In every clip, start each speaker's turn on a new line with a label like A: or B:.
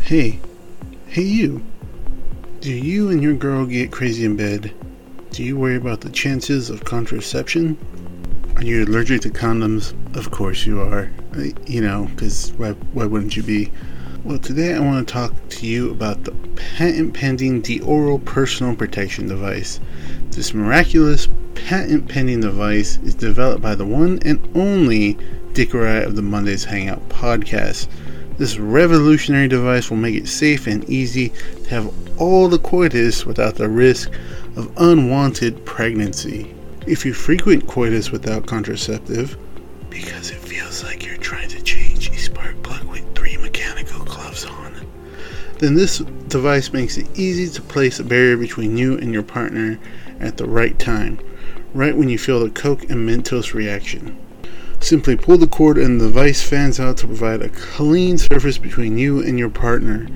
A: Hey, hey, you. Do you and your girl get crazy in bed? Do you worry about the chances of contraception? Are you allergic to condoms? Of course you are. Uh, You know, because why, why wouldn't you be? Well, today I want to talk to you about the patent pending Deoral personal protection device. This miraculous patent pending device is developed by the one and only Dick Rai of the Mondays Hangout podcast. This revolutionary device will make it safe and easy to have all the coitus without the risk of unwanted pregnancy. If you frequent coitus without contraceptive, because it feels like you're trying to change a spark plug with three mechanical gloves on, then this device makes it easy to place a barrier between you and your partner at the right time, right when you feel the Coke and Mentos reaction. Simply pull the cord and the vice fans out to provide a clean surface between you and your partner.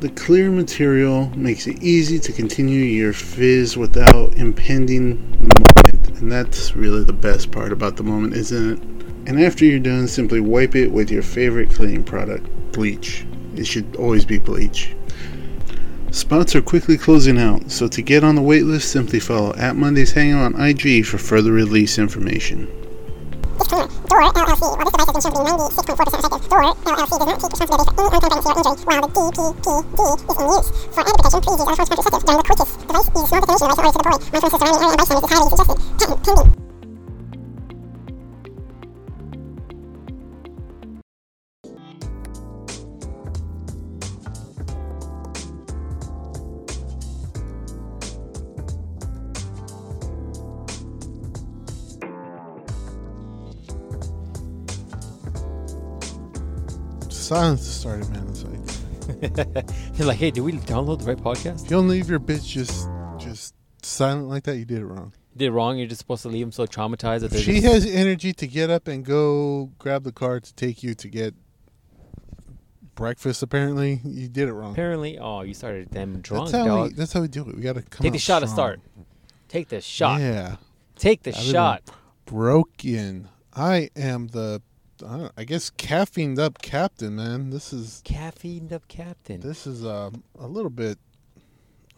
A: The clear material makes it easy to continue your fizz without impending the moment, and that's really the best part about the moment, isn't it? And after you're done, simply wipe it with your favorite cleaning product, bleach. It should always be bleach. Spots are quickly closing out, so to get on the wait list, simply follow at Mondays Hangout on IG for further release information.
B: disclaimer. Door LLC, while this device has been shown to be 96.4% effective, Door LLC does not take responsibility for any unplanned pregnancy or injury, while the DPPD is in use for any protection previous or forced contraceptive during the coitus. Device is no definition of isolation to the boy, microsis surrounding area, and bystanders is highly suggested. Patent pending.
A: Silence has started, man. It's like
C: They're like, hey, did we download the right podcast?
A: if you don't leave your bitch just just silent like that, you did it wrong.
C: You did it wrong. You're just supposed to leave them so traumatized that
A: If
C: they're
A: she
C: just,
A: has energy to get up and go grab the car to take you to get breakfast. Apparently, you did it wrong.
C: apparently. Oh, you started them drunk,
A: That's how
C: dog.
A: we. That's how we do it. We gotta come.
C: Take the
A: out
C: shot to
A: strong.
C: start. Take the shot.
A: Yeah,
C: Take the
A: Other than-
C: shot.
A: broken. I am the. I, don't, I guess caffeined up captain, man. This is
C: Caffeined up captain.
A: this is um, a little bit.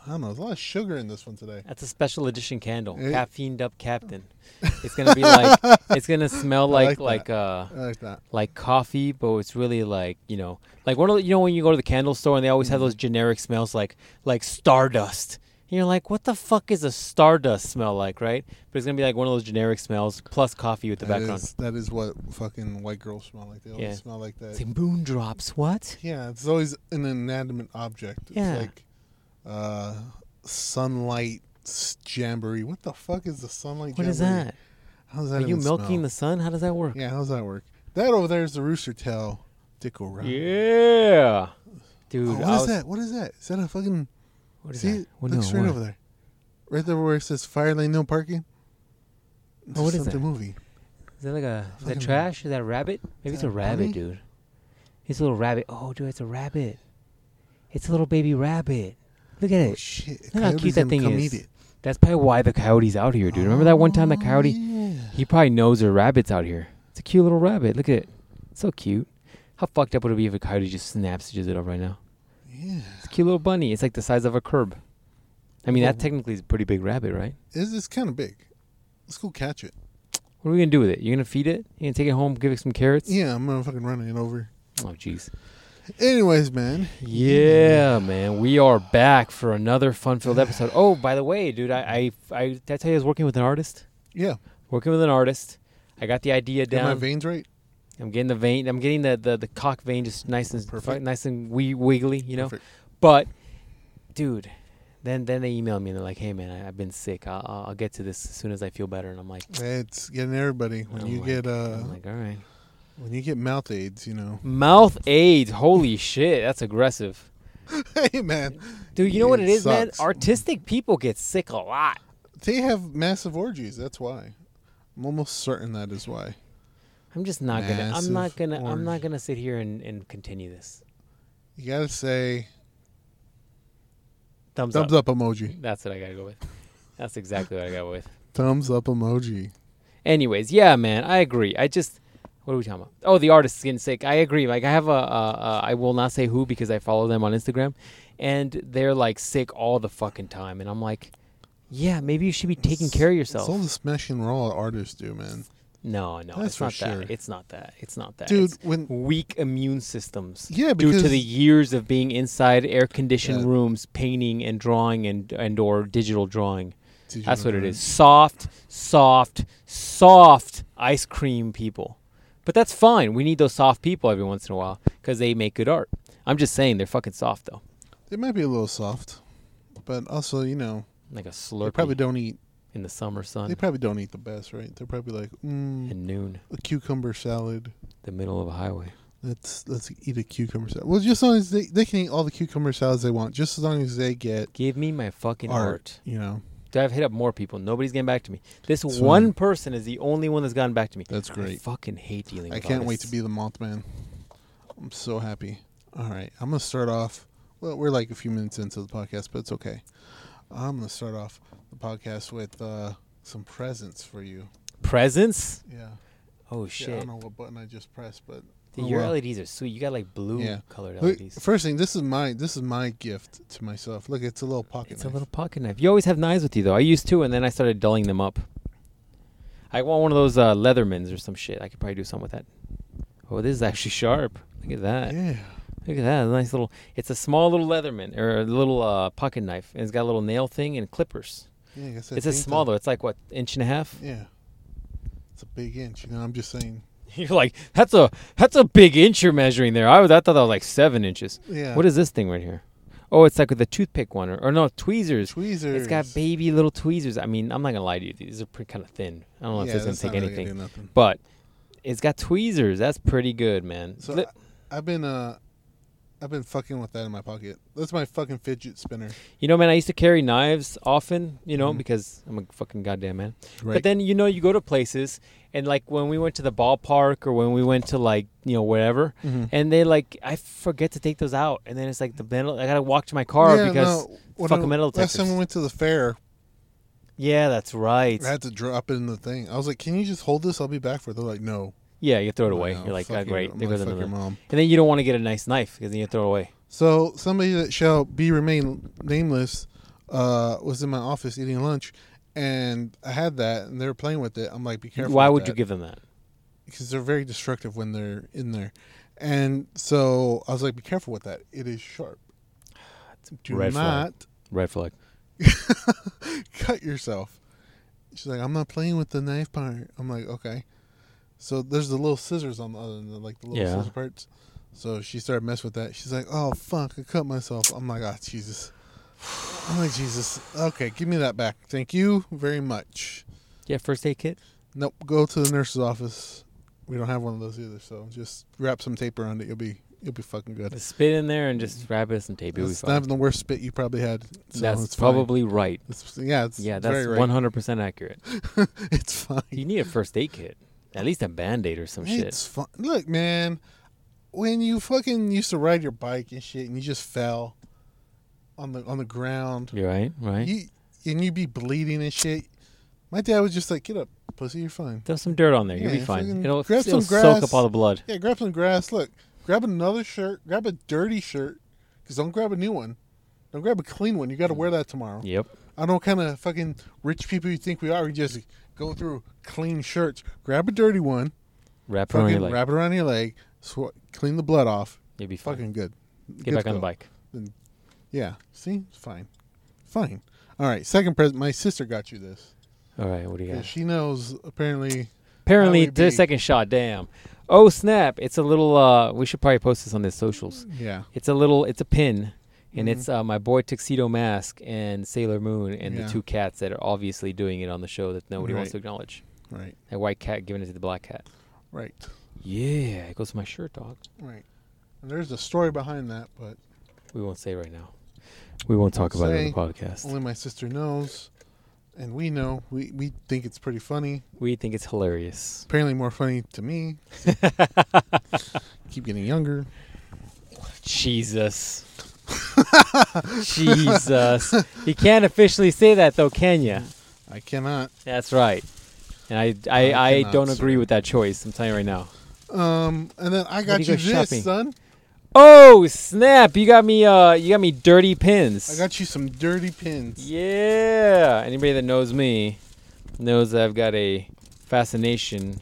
A: I don't know. There's a lot of sugar in this one today.
C: That's a special edition candle.
A: Eh?
C: Caffeined up captain. It's gonna be like it's gonna smell like
A: like
C: like, uh
A: I like that.
C: like coffee, but it's really like you know like one of the, you know when you go to the candle store and they always have
A: Mm-hmm.
C: those generic smells like like stardust. And you're like, what the fuck is a stardust smell like, right? But it's gonna be like one of those generic smells plus coffee with the
A: That
C: background.
A: is- that is what fucking white girls smell like. They always
C: Yeah.
A: smell like that.
C: It's like moondrops. What?
A: Yeah, it's always an inanimate object. It's
C: Yeah.
A: like uh, sunlight s- jamboree. What the fuck is the sunlight
C: What
A: jamboree?
C: is that?
A: How's that
C: Are you
A: even smell?
C: milking the sun? How does that work?
A: Yeah, how's that work? That over there is the rooster tail dick around.
C: Yeah. Dude,
A: Oh, what is
C: I was,
A: that? What is that? Is that a fucking.
C: What is
A: see,
C: that? Well,
A: look
C: no,
A: straight
C: what?
A: over there. Right there where it says fire lane, no parking. It's
C: Oh, what is
A: from
C: that?
A: The movie.
C: Is that like a is
A: Fucking-
C: that trash? Is that a rabbit? Maybe it's
A: that
C: a
A: a
C: rabbit,
A: bunny?
C: dude. It's a little rabbit. Oh, dude, it's a rabbit. It's a little baby rabbit. Look at
A: Oh,
C: it.
A: shit.
C: Look how
A: Coyotes
C: cute that
A: gonna
C: thing
A: come
C: is.
A: eat it.
C: That's probably why the coyote's out here, dude. Remember that one time the
A: Oh,
C: coyote?
A: yeah.
C: He probably knows there are rabbits out here. It's a cute little rabbit. Look at it. So cute. How fucked up would it be if a coyote just snaps and just it up right now?
A: Yeah.
C: It's a cute little bunny. It's like the size of a curb. I mean,
A: Oh.
C: that technically is a pretty big rabbit, right?
A: It's, it's kind of big. Let's go catch it.
C: What are we gonna do with it? You're gonna feed it? You're gonna take it home, give it some carrots?
A: Yeah, I'm gonna fucking run it over.
C: Oh, jeez.
A: Anyways, man.
C: Yeah, man, we are back for another fun-filled episode. Oh, by the way, dude, I, I, I did I tell you I was working with an artist?
A: Yeah.
C: Working with an artist, I got the idea
A: Got my
C: down.
A: veins right.
C: I'm getting the vein. I'm getting the the, the cock vein just nice and
A: Perfect.
C: nice and wee- wiggly, you know.
A: Perfect.
C: But, dude, then then they emailed me and they're like, "Hey, man, I, I've been sick. I'll, I'll- I'll get to this as soon as I feel better." And I'm like,
A: It's getting everybody when
C: I'm
A: you
C: like-
A: get uh
C: Oh I'm like, all right,
A: when you get mouth aids, you know.
C: mouth AIDS. Holy shit, that's aggressive,
A: hey man,
C: dude. You know what
A: It
C: it is, man?
A: sucks.
C: Artistic people get sick a lot.
A: they have massive orgies. That's why. I'm almost certain that is why.
C: I'm just not gonna. I'm
A: Massive
C: not gonna. I'm
A: orgy.
C: not gonna sit here and, and continue this.
A: You gotta say
C: Thumbs,
A: thumbs
C: up.
A: up. emoji.
C: That's what I gotta go with. That's exactly what I gotta go with.
A: Thumbs up emoji.
C: Anyways, yeah, man, I agree. I just What are we talking about? Oh, the artist skin sick. I agree. Like I have a, a, a I will not say who because I follow them on Instagram, and they're like sick all the fucking time, and I'm like, yeah, maybe you should be taking care of
D: It's
C: yourself.
D: all the smashing raw artists do, man.
C: No, no,
D: That's
C: it's
D: for
C: not
D: sure.
C: that. It's not that. It's not that.
D: Dude,
C: It's
D: when-
C: weak immune systems,
D: Yeah,
C: due to
D: because-
C: the years of being inside air-conditioned
D: Yeah.
C: rooms, painting and drawing and and or digital drawing.
D: Did you
C: That's
D: know
C: what it
D: that?
C: is. Soft, soft, soft ice cream people. But that's fine. We need those soft people every once in a while because they make good art. I'm just saying they're fucking soft though,
D: It might be a little soft, but also you know
C: like a
D: they
C: slurpee
D: probably don't eat.
C: in the summer
D: They
C: sun
D: probably don't eat the best, right? They're probably like, mm,
C: at noon,
D: a cucumber salad.
C: the middle of a highway.
D: Let's let's eat a cucumber salad. Well, just as long as they they can eat all the cucumber salads they want, just as long as they get
C: Give me my fucking
D: art,
C: art.
D: You know,
C: Dude, I've hit up more people. Nobody's getting back to me. This
D: That's
C: one
D: fine.
C: person is the only one that's gotten back to me.
D: that's
C: I fucking hate dealing
D: I
C: with
D: can't wait to
C: artists.
D: be the Mothman. I'm so happy. All right, I'm gonna start off. Well, we're like a few minutes into the podcast, but it's okay. I'm gonna start off the podcast with uh, some presents for you.
C: Presents?
D: Yeah.
C: Oh,
D: Shit, I
C: shit.
D: don't know what button I just pressed, but
C: Dude,
D: oh
C: your
D: well.
C: LEDs are sweet. You got like blue
D: Yeah.
C: colored E
D: Look,
C: LEDs.
D: first thing, this is my this is my gift to myself. Look, it's a little pocket
C: It's a
D: knife.
C: little pocket knife. You always have knives with you, though. I used to, and then I started dulling them up. I want one of those uh, Leathermans or some shit. I could probably do something with that. Oh, this is actually sharp. Look at that.
D: Yeah.
C: Look at that. A nice little. It's a small little Leatherman or a little uh, pocket knife, and it's got a little nail thing and clippers.
D: Yeah, I guess
C: It's a small though. It's like what inch and a half.
D: Yeah. It's a big inch. You know, I'm just saying.
C: You're like, that's a that's a big inch you're measuring there. I was I thought that was like seven inches.
D: Yeah.
C: What is this thing right here? Oh, it's like with the toothpick one or, or no tweezers.
D: tweezers?
C: It's got baby little tweezers. I mean, I'm not gonna lie to you, these are pretty kind of thin. I don't know
D: Yeah,
C: if this
D: that's
C: is gonna
D: not
C: take
D: really gonna
C: anything,
D: do nothing.
C: but it's got tweezers. That's pretty good, man.
D: So
C: Li-
D: I, I've been uh, I've been fucking with that in my pocket. That's my fucking fidget spinner.
C: you know, man, I used to carry knives often, you know,
D: Mhm.
C: because I'm a fucking goddamn man.
D: Right.
C: But then you know you go to places and like when we went to the ballpark or when we went to like you know wherever,
D: Mhm.
C: and they like I forget to take those out, and then it's like the metal. I gotta walk to my car because
D: when
C: fucking
D: I-
C: metal
D: Last time
C: detectors.
D: we went to the fair,
C: yeah, that's right.
D: I had to drop it in the thing. I was like, "Can you just hold this? I'll be back for." it. They're like, "No."
C: yeah, you throw it
D: I'm
C: away.
D: "No,
C: You're like,
D: fuck
C: oh,
D: you."
C: great,
D: I'm
C: there
D: like,
C: goes
D: "Fuck
C: another.
D: your mom.
C: And then you don't want to get a nice knife because then you throw it away.
D: So somebody that shall be remain nameless uh, was in my office eating lunch, and I had that, and they were playing with it. I'm like, "Be careful!"
C: Why would you give them that?
D: Because they're very destructive when they're in there, and so I was like, "Be careful with that. It is sharp. Do
C: red
D: not."
C: flag. Red flag.
D: cut yourself. She's like, I'm not playing with the knife part. I'm like, okay. So there's the little scissors on the other end, like the little
C: Yeah.
D: scissor parts. So she started messing with that. She's like, oh fuck, I cut myself. I'm like, ah, Jesus. I'm like, Jesus. Okay, give me that back. Thank you very much.
C: Yeah, first aid kit.
D: Nope, go to the nurse's office. We don't have one of those either, so just wrap some tape around it. You'll be you'll be fucking good.
C: Just spit in there and just wrap it with some tape. You'll be
D: It's not
C: fine.
D: even the worst spit you probably had. So
C: That's
D: it's fine.
C: probably right.
D: It's, yeah, it's
C: Yeah,
D: very
C: that's
D: right.
C: one hundred percent accurate.
D: it's fine.
C: You need a first aid kit, at least a band aid or some shit.
D: It's fun. Look, man, when you fucking used to ride your bike and shit, and you just fell on the on the ground,
C: You're right, right.
D: you and you'd be bleeding and shit. My dad was just like, "Get up, pussy, you're fine."
C: Throw some dirt on there. You'll
D: Yeah,
C: be fine.
D: fucking
C: It'll,
D: grab some
C: it'll soak
D: grass.
C: up all the blood.
D: Yeah, grab some grass. Look, grab another shirt. Grab a dirty shirt, because don't grab a new one. Don't grab a clean one. You
C: Mm.
D: got to wear that tomorrow.
C: Yep.
D: I don't kind of fucking rich people you think we are. We just go through clean shirts. Grab a dirty one.
C: Wrap it around your
D: Fucking
C: leg.
D: wrap it around your leg. Sw- clean the blood off.
C: You'll be fine.
D: Fucking good.
C: Get back on the bike.
D: bike. Yeah. See, It's fine, fine. All right. Second present. My sister got you this.
C: All right, what do you
D: 'Cause
C: got?
D: She knows apparently.
C: Apparently,
D: would
C: the
D: be-
C: second shot. Damn. Oh snap! It's a little. uh We should probably post this on the socials.
D: Yeah.
C: It's a little. It's a pin,
D: Mm-hmm.
C: and it's uh, my boy Tuxedo Mask and Sailor Moon and
D: Yeah.
C: the two cats that are obviously doing it on the show that nobody wants
D: Right.
C: to acknowledge.
D: Right.
C: That white cat giving it to the black cat.
D: Right.
C: Yeah, it goes to my shirt, dog.
D: Right. And there's a story behind that, but
C: We won't say right now. We won't talk about it on the podcast.
D: only my sister knows, and we know. We we think it's pretty funny.
C: We think it's hilarious.
D: Apparently, more funny to me. Keep getting younger.
C: Jesus. Jesus. You can't officially say that though, can you?
D: I cannot.
C: That's right. And I I,
D: I
C: I,
D: cannot,
C: don't agree
D: sir.
C: with that choice. I'm telling you right now.
D: Um, and then I got
C: do
D: you,
C: you go
D: this,
C: shopping?
D: son.
C: Oh snap! You got me. Uh, you got me dirty pins.
D: I got you some dirty pins.
C: Yeah. Anybody that knows me knows that I've got a fascination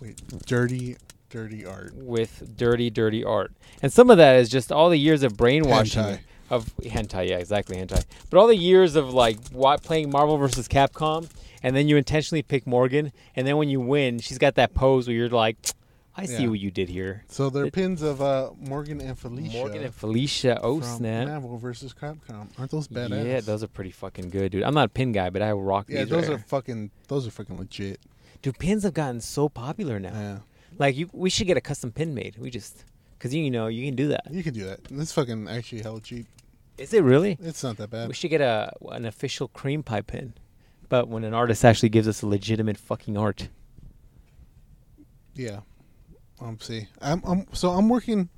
D: Wait, dirty, dirty art.
C: with dirty, dirty art. And some of that is just all the years of brainwashing
D: Hentai.
C: of hentai, yeah, exactly hentai. But all the years of like wa playing Marvel versus Capcom, and then you intentionally pick Morgan, and then when you win, she's got that pose where you're like, I see
D: Yeah.
C: what you did here.
D: So they're
C: It-
D: pins of uh, Morgan and Felicia.
C: Morgan and Felicia. Oh
D: from
C: snap.
D: Marvel versus Capcom. Aren't those badass?
C: Yeah, those are pretty fucking good, dude. I'm not a pin guy, but I rock
D: Yeah,
C: these.
D: those
C: right
D: are
C: here.
D: fucking. Those are fucking legit.
C: Dude, pins have gotten so popular now.
D: Yeah,
C: Like you, we should get a custom pin made. We just, cause you know you can do that.
D: you can do that. It's fucking actually hella cheap.
C: Is it really?
D: It's not that bad.
C: We should get a an official cream pie pin, but when an artist actually gives us a legitimate fucking art.
D: Yeah. Um. See, I'm. I'm. So I'm working.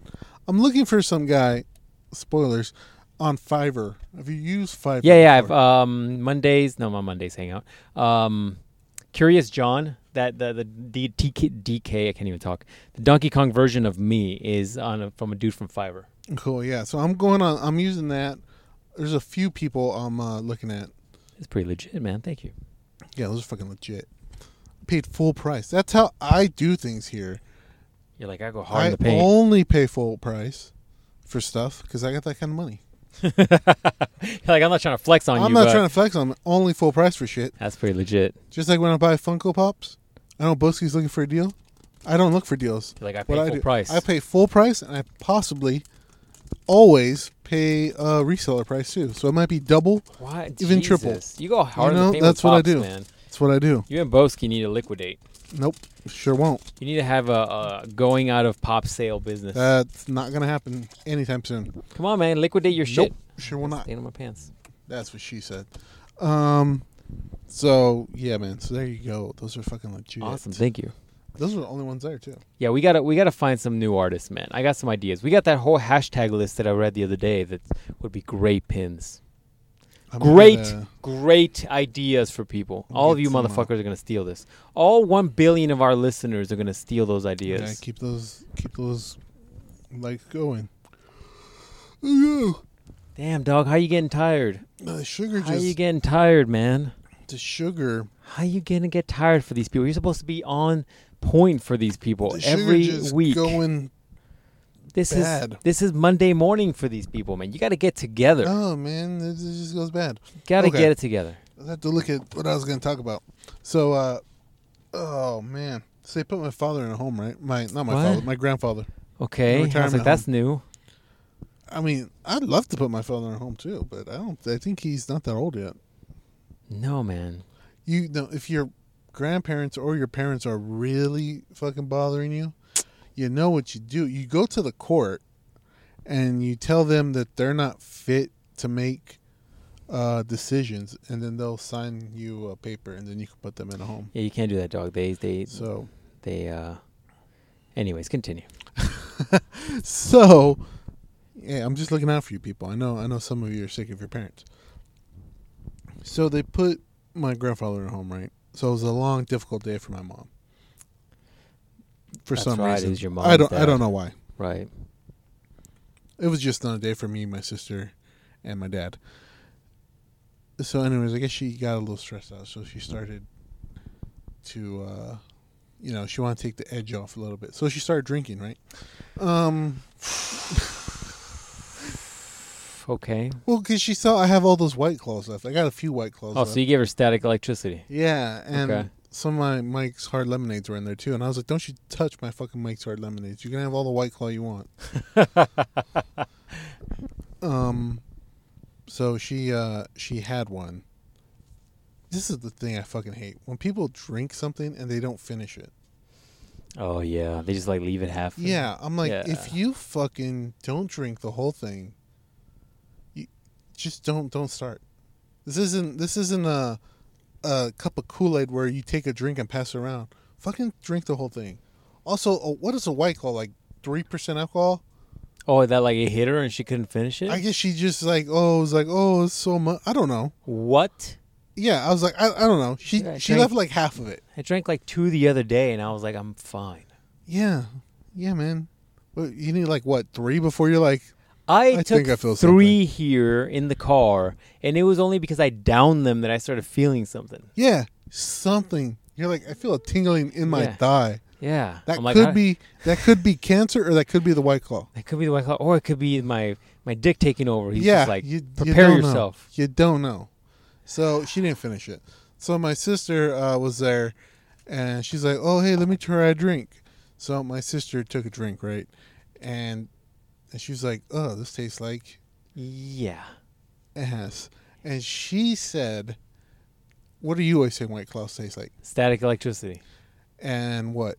D: I'm looking for some guy. Spoilers, on Fiverr. Have you used Fiverr?
C: Yeah, yeah. I've,
D: before?
C: um, Mondays, no, my Mondays hang out. Um, Curious John, that the the D, TK, DK, I can't even talk. The Donkey Kong version of me is on a, from a dude from Fiverr.
D: Cool. Yeah. So I'm going on. I'm using that. There's a few people I'm uh, looking at.
C: It's pretty legit, man. Thank you.
D: Yeah, those are fucking legit. Paid full price. That's how I do things here.
C: You're like I go hard in the
D: I
C: paint.
D: only pay full price for stuff because I got that kind of money.
C: You're like I'm not trying to flex on
D: I'm
C: you.
D: not
C: but
D: trying to flex on them. Only full price for shit.
C: That's pretty legit.
D: Just like when I buy Funko Pops, I know Boski's looking for a deal. I don't look for deals.
C: You're like I pay
D: What I
C: full
D: do,
C: price.
D: I pay full price, and I possibly always pay uh, reseller price too. So it might be double.
C: Why?
D: even triple.
C: Jesus. You go hard
D: know,
C: in the paint.
D: that's
C: with
D: what I
C: pops,
D: do.
C: man.
D: That's what I do.
C: You and Boski need to liquidate.
D: Nope, sure won't.
C: You need to have a, a going out of pop sale business.
D: That's not gonna happen anytime soon.
C: Come on, man, liquidate your shit.
D: Nope, sure will not.
C: Stain on my pants.
D: That's what she said. Um, so yeah, man. So there you go. Those are fucking legit.
C: Awesome, thank you.
D: Those are the only ones there too.
C: Yeah, we gotta we gotta find some new artists, man. I got some ideas. We got that whole hashtag list that I read the other day that would be great pins.
D: I'm
C: Great,
D: gonna- uh,
C: great ideas for people. All of
D: get
C: you
D: some, uh,
C: motherfuckers are gonna steal this. All one billion of our listeners are gonna steal those ideas.
D: Yeah, keep those keep those likes going. Ooh,
C: Damn, dog, how you getting tired?
D: the sugar
C: How
D: just
C: you getting tired, man?
D: the sugar
C: How you gonna get tired for these people? You're supposed to be on point for these people
D: the sugar
C: every
D: just
C: week.
D: going.
C: this
D: bad.
C: is this is Monday morning for these people, man. You got to get together.
D: Oh man, it it just goes bad.
C: got to
D: okay.
C: get it together.
D: I have to look at what I was going to talk about. So, uh, oh man, so they put my father in a home, right? My not my
C: What?
D: father, my grandfather.
C: Okay, I was
D: retirement
C: like, that's new.
D: I mean, I'd love to put my father in a home too, but I don't. I think he's not that old yet.
C: No, man.
D: You know, if your grandparents or your parents are really fucking bothering you, you know what you do. You go to the court and you tell them that they're not fit to make uh, decisions, and then they'll sign you a paper, and then you can put them in a home.
C: Yeah, you can't do that, dog. They they
D: So.
C: they. uh Anyways, continue.
D: So, yeah, I'm just looking out for you people. I know, I know some of you are sick of your parents. So they put my grandfather in a home, right? So it was a long, difficult day for my mom. For
C: That's
D: some
C: right, it
D: reason,
C: was your
D: I
C: mom's
D: don't, I
C: dad.
D: don't know why.
C: Right.
D: It was just not a day for me, my sister, and my dad. So, anyways, I guess she got a little stressed out, so she started to, uh, you know, she wanted to take the edge off a little bit. So she started drinking, right? Um,
C: Okay.
D: Well, because she saw I have all those white claws left. I got a few white claws
C: Oh,
D: left.
C: so you gave her static electricity.
D: yeah, and
C: Okay.
D: some of my Mike's hard lemonades were in there too. And I was like, "Don't you touch my fucking Mike's hard lemonades? You can have all the white claw you want." um, so she uh she had one. This is the thing I fucking hate when people drink something and they don't finish it.
C: Oh yeah, they just like leave it half.
D: Yeah, I'm like,
C: Yeah.
D: if you fucking don't drink the whole thing, you just don't don't start. This isn't this isn't a a cup of Kool Aid where you take a drink and pass it around. Fucking drink the whole thing. Also, uh, what is a white claw like? Three percent alcohol.
C: Oh, that like it hit her and she couldn't finish it.
D: I guess she just like oh, it was like oh, it's so much. I don't know.
C: what?
D: Yeah, I was like I, I don't know. She
C: Yeah,
D: she
C: drink-
D: left like half of it.
C: I drank like two the other day, and I was like, I'm fine.
D: Yeah, yeah, man. Well, you need like what three before you're like,
C: I,
D: I
C: took
D: think I feel
C: three here in the car, and it was only because I downed them that I started feeling something.
D: yeah, something. You're like, I feel a tingling in my
C: Yeah. Oh
D: thigh.
C: Yeah,
D: That
C: I'm like,
D: could
C: "I-
D: be that could be cancer or that could be the white claw.
C: That could be the white claw, or it could be my my dick taking over. He's
D: yeah,
C: just like,
D: you,
C: prepare
D: you don't know.
C: yourself.
D: You don't know. So she didn't finish it. So my sister uh, was there, and she's like, "Oh, hey, let me try a drink." So my sister took a drink, right? And and she was like, "Oh, this tastes like
C: Yeah,
D: ass." And she said, "What do you always say White Claws taste like?"
C: static electricity
D: And what?